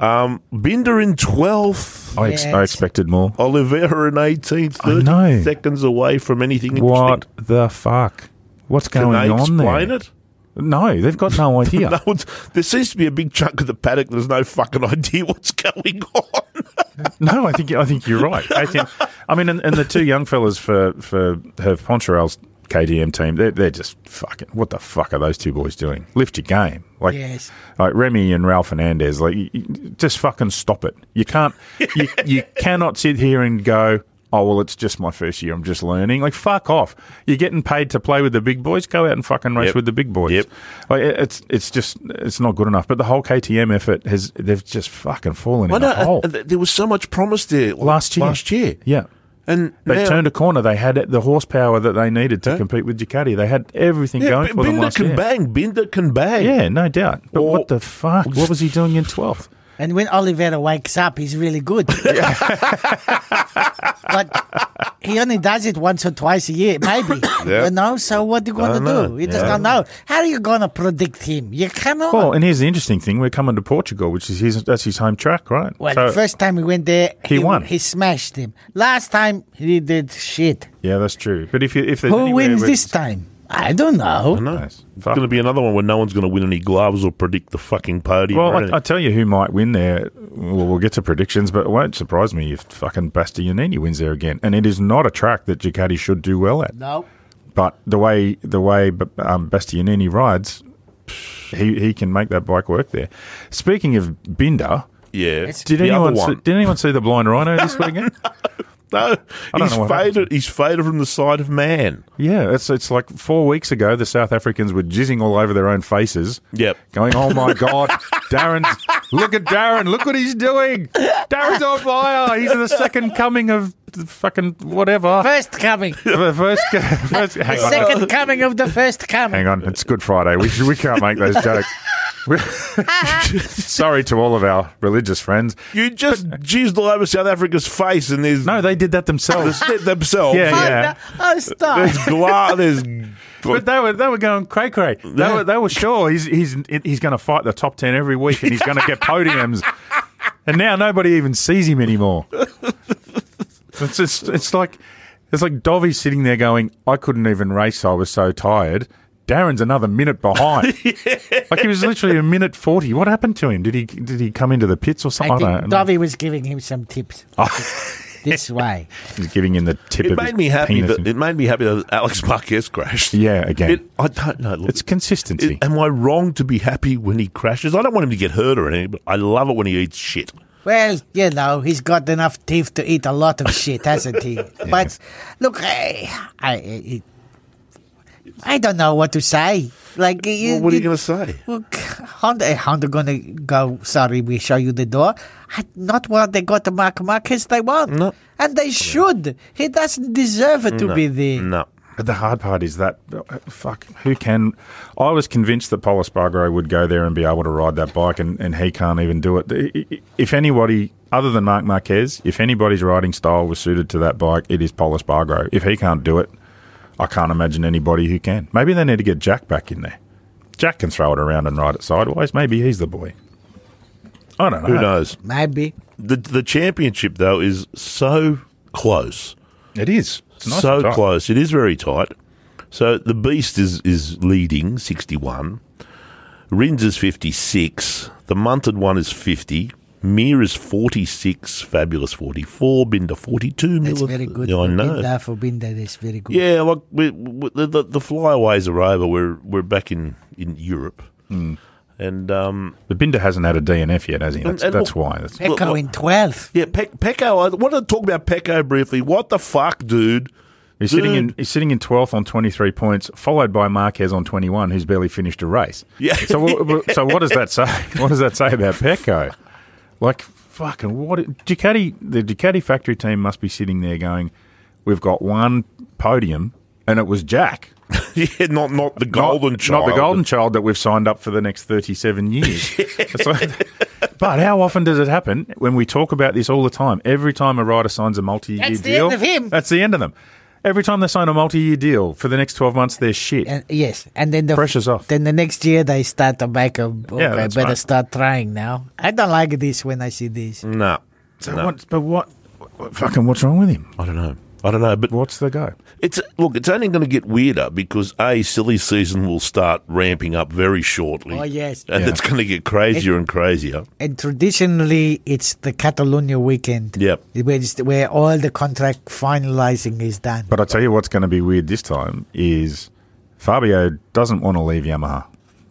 Um, Binder in 12th.
I, ex- I
Yes.
expected more.
Oliveira in 18th,
I know.
30 seconds away from anything
What
interesting.
the fuck? What's
Can
going
they
on
explain
there?
it?
No, they've got no idea.
[LAUGHS] No one's, there seems to be a big chunk of the paddock. There's no fucking [LAUGHS] idea what's going on.
No, I think I think you're right. I, think, I mean, and, and the two young fellas for for Herve Poncherel's KDM team, they're, they're just fucking. What the fuck are those two boys doing? Lift your game, like
Yes.
like Remy and Ralph Fernandez. Like, you, you- just fucking stop it. You can't. You, you cannot sit here and go. Oh well, it's just my first year. I'm just learning. Like fuck off. You're getting paid to play with the big boys. Go out and fucking race
Yep.
with the big boys.
Yep.
Like, it- it's it's just it's not good enough. But the whole KTM effort has they've just fucking fallen in a
uh,
hole
there was so much promise there
last year.
Last year,
yeah.
and
They
now-
turned a corner. They had the horsepower that they needed to compete with Ducati. They had everything
Yeah,
going
B-
for them
Binder
last
can
year.
bang. Binder can bang.
Yeah, no doubt. But
Or-
what the fuck? What was he doing in twelfth?
And when Oliveira wakes up, he's really [LAUGHS] good. but he only does it once or twice a year, [COUGHS] maybe.
Yeah.
You know, so what are you going
Don't know.
to do? You just
Yeah.
don't know. How are you going to predict him? You cannot.
Well, and here's the interesting thing: we're coming to Portugal, which is his that's his home track, right?
Well,
So-
the first time we went there,
He won.
He smashed him. Last time he did shit.
yeah, that's true. But if you, if there's
Who
anywhere
wins
where-
this time? I don't know.
No.
Nice.
It's going to be another one where no one's going to win any gloves or predict the fucking podium.
Well, I,
or
I
anything.
tell you who might win there. Well, we'll get to predictions, but it won't surprise me if fucking Bastianini wins there again. And it is not a track that Ducati should do well at.
No.
But the way the way um, Bastianini rides, he he can make that bike work there. Speaking of Binder,
yeah.
did
The other
anyone see,
one.
did anyone see the blind rhino this
[LAUGHS]
weekend?
No,
I don't
he's
know what
faded. He's faded from the side of man.
yeah, it's it's like four weeks ago. The South Africans were jizzing all over their own faces.
Yep.
Going, oh my God, Darren, look at Darren, look what he's doing. Darren's on fire. He's the second coming of the fucking
[LAUGHS]
whatever.
First coming. [LAUGHS]
The first, first hang on.
Second coming of the first coming.
Hang on, it's Good Friday. We, we can't make those jokes. [LAUGHS] We- Sorry to all of our religious friends.
You just jizzed all over South Africa's face, and there's
No, they did that themselves.
there's themselves.
Yeah,
Oh,
yeah.
no.
[LAUGHS]
Oh, stop.
There's glass. There's
But they were they were going cray cray. They were they were sure he's he's he's going to fight the top ten every week and he's going to
[LAUGHS]
get podiums. And now nobody even sees him anymore. It's just, it's like it's like Dovey sitting there going, I couldn't even race. I was so tired. Darren's another minute
[LAUGHS]
behind. Like he was literally a minute forty. What happened to him? Did he did he come into the pits or
I
something?
think
don't know. Oh.
Davi was giving him some tips. this
[LAUGHS]
way.
He's giving him the tip
It
of his
made me happy.
penis.
That, it made me happy that Alex Marquez crashed.
yeah, again,
It, I don't know. Look,
it's consistency.
it- am I wrong to be happy when he crashes? I don't want him to get hurt or anything, but I love it when he eats shit.
Well, you know, he's got enough teeth to eat a lot of
[LAUGHS]
shit, hasn't he? But look, I, I, I don't know what to say. Like, you,
Well, what are you going to say?
Look, Honda, eh, Honda gonna go. Sorry, we show you the door. I, not what they got to Mark Marquez. They want,
No.
and they should. He doesn't deserve it to be there.
No.
But the hard part is that, uh, fuck, who can? I was convinced that Paul Espargaro would go there and be able to ride that bike, and, and he can't even do it. If anybody, other than Mark Marquez, if anybody's riding style was suited to that bike, it is Paul Espargaro. If he can't do it, I can't imagine anybody who can. Maybe they need to get Jack back in there. Jack can throw it around and ride it sideways. Maybe he's the boy. I don't know.
Who knows?
Maybe
The the championship though is so close.
It is. It's nice
so
and tight.
close. It is very tight. So the Beast is, is leading, 61. Rins is 56. The Munted one is 50. Mir is 46. Fabulous 44. Binder 42.
it's
Miller-
very good.
Yeah, I know.
Binda for Binda is very good.
Yeah, like we, we, the, the, the flyaways are over. We're, we're back in, in Europe.
Hmm.
And um,
The Binder hasn't had a DNF yet, has he? That's,
and
that's
look-
why. That's,
Pecco in twelfth.
yeah, Pe- Pecco, I wanted to talk about Pecco briefly. What the fuck, dude?
He's sitting in he's sitting in twelfth on twenty three points, followed by Marquez on twenty one, who's barely finished a race.
Yeah.
So what, so what does that say? [LAUGHS] What does that say about Pecco? Like fucking what? Ducati the Ducati factory team must be sitting there going, "We've got one podium, and it was Jack,
[LAUGHS] yeah, not, not the golden
not,
child.
not the golden child that we've signed up for the next thirty seven
[LAUGHS]
years." It's like- but how often does it happen? When we talk about this all the time, every time a rider signs a multi year
That's the
deal,
end of him.
that's the end of them. Every time they sign a multi-year deal for the next twelve months, they're shit.
And yes, and then the
Pressure's off.
Then the next year they start to make a. Okay,
Yeah, that's
better
right. Mm.
start trying now. I don't like this when I see this.
No.
So what, but what, what- Fucking, what's wrong with him?
I don't know. I don't know, but
What's the go?
It's look, it's only going to get weirder because a silly season will start ramping up very shortly.
Oh, yes.
and
Yeah.
it's going to get crazier and crazier.
And traditionally, it's the Catalonia weekend.
Yep.
Where, it's- where all the contract finalizing is done.
But I tell you what's going to be weird this time is Fabio doesn't want to leave Yamaha.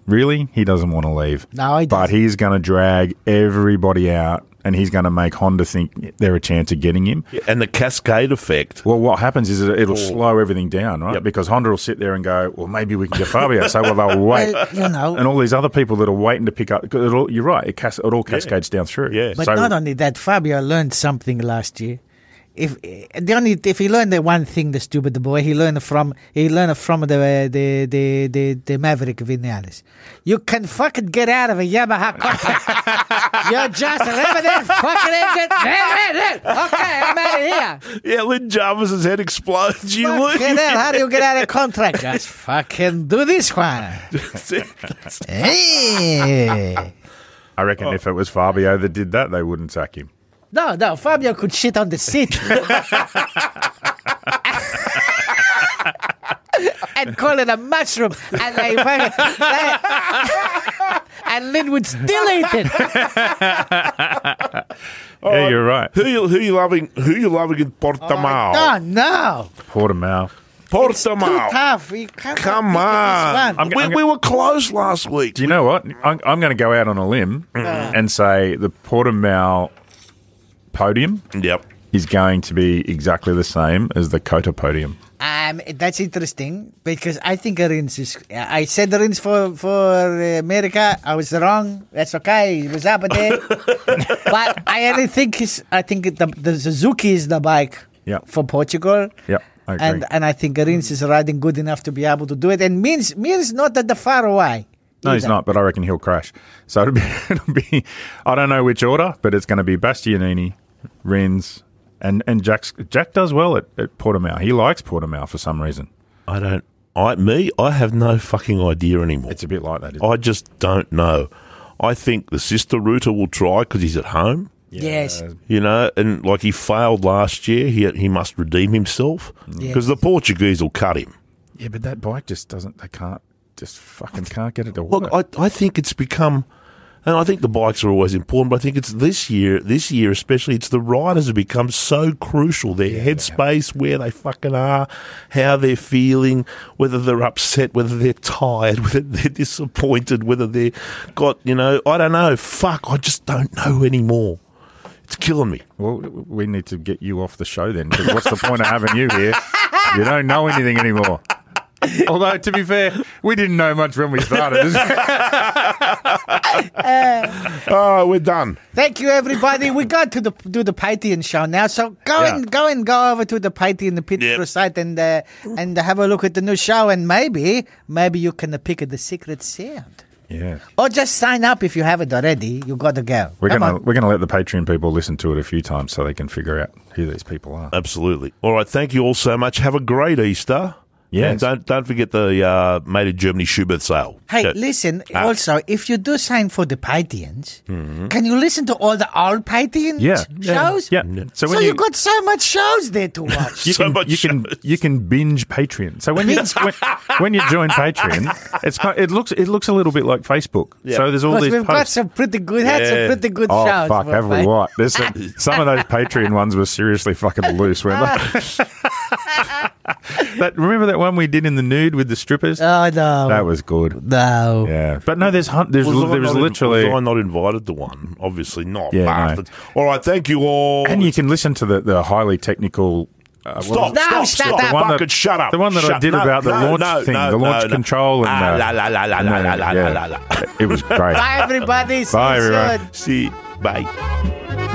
Really, he doesn't want to leave.
No, he
But
doesn't.
he's going to drag everybody out, and he's going to make Honda think they're a chance of getting him.
And the cascade effect.
Well, what happens is it- it'll slow everything down, right?
Yep.
Because Honda will sit there and go, "Well, maybe we can get Fabio." so, well, they'll wait,
[LAUGHS] Well, you know.
and all these other people that are waiting to pick up. 'cause It'll, you're right; it, cas- it all cascades down through.
Yeah.
But
So-
not only that, Fabio learned something last year. If the only if he learned the one thing, the stupid boy, he learned from he learned from the the the the, the Maverick Vinales. You can fucking get out of a Yamaha contract. You're just living in fucking Egypt. Okay, I'm out of here.
Yeah, Lynn Jarvis's head explodes. You lose.
Fucking hell, how do you get out of contract? Just fucking do this one.
[LAUGHS]
Hey.
I
Oh.
reckon if it was Fabio that did that, they wouldn't sack him.
No, no, Fabio could shit on the
[LAUGHS]
seat. [LAUGHS] and call it a mushroom. And they fucking. they- [LAUGHS] and Lynn would still eat
Oh.
it.
yeah, you're right.
who you who you loving? Who you loving in Portimao?
Oh, no.
Portimao.
Portimao.
Tough. You can't
Oh. Come
look at this
on.
one.
g-
we,
I'm g-
we were close last week.
Do you know what? I'm, I'm going to go out on a limb and say the Portimao podium
Yep.
is going to be exactly the same as the Kota podium.
Um, that's interesting because I think Rins is. I said Rins for for America. I was wrong. That's okay. It was up
[LAUGHS]
there, but I really think is. I think the, the Suzuki is the bike.
Yeah.
For Portugal.
Yep, I agree.
And and I think Rins is riding good enough to be able to do it. And means means not at the far away.
No, he's
either.
not, but I reckon he'll crash. So it'll be, [LAUGHS] it'll be I don't know which order, but it's going to be Bastianini, Renz, and and Jack's, Jack does well at, at Portimao. He likes Portimao for some reason.
I don't. I me. I have no fucking idea anymore.
It's a bit like that, isn't it?
I just don't know. I think the sister Ruta will try because he's at home.
Yes.
You know, and like he failed last year, he he must redeem himself because the Portuguese will cut him.
Yeah, but that bike just doesn't. They can't. Just fucking can't get it to work.
Look, I, I think it's become, and I think the bikes are always important, but I think it's this year, this year especially, it's the riders have become so crucial. Their headspace, where they fucking are, how they're feeling, whether they're upset, whether they're tired, [LAUGHS] whether they're disappointed, whether they're got, you know, I don't know. Fuck, I just don't know anymore. It's killing me.
well, we need to get you off the show then. 'cause what's the point of having you here? You don't know anything anymore. Although, to be fair, we didn't know much when we started.
Oh, we're done.
Thank you, everybody. We got to the do the Pythian show now, so go
Yeah.
and go and go over to the Pythian the Peterborough
Yep.
site and uh, and have a look at the new show, and maybe maybe you can pick the secret sound,
yeah.
or just sign up if you haven't already. You got to go.
We're
Come
gonna
on.
we're gonna let the Patreon people listen to it a few times so they can figure out who these people are.
Absolutely. All right. Thank you all so much. Have a great Easter.
Yes.
And don't don't forget the uh, made in Germany Schubert sale.
Hey,
Yeah.
listen.
Ah.
Also, if you do sign for the Pythians, can you listen to all the old Pythian
Mm-hmm. Yeah. Yeah.
shows?
Yeah. So
So,
when
you,
you-
got so much shows there
[LAUGHS]
to watch.
You
So
can,
much
you can
shows.
you can binge Patreon. So when you when, when you join Patreon, it's kind, it looks it looks a little bit like Facebook.
Yeah.
So there's all
Because
these
we've got
posts.
some pretty good, had
Yeah.
some pretty good
Oh
shows.
fuck! Have we
Wolfie.
what? There's some,
[LAUGHS]
some of those Patreon ones were seriously fucking loose, weren't
[LAUGHS]
they? but remember that one we did in the nude with the strippers?
Oh no.
that was good.
No.
Yeah, but no, there's hun- there's
Was I
there was
not in-
literally,
was I not invited to one? Obviously not.
Yeah, no.
bastards. All right, thank you all.
and you can listen to the the highly technical. Uh, what was
stop,
it?
No,
stop,
shut
stop.
up. The
one
Fucking
that-
shut up.
the one that I
Shut-
did
no,
about the
no,
launch
no,
thing,
no,
the launch
no, no.
control and,
Ah,
uh,
la la la la la la la la la la.
[LAUGHS]
It was great.
Bye, everybody. See
Bye,
you
everyone.
soon.
See, bye.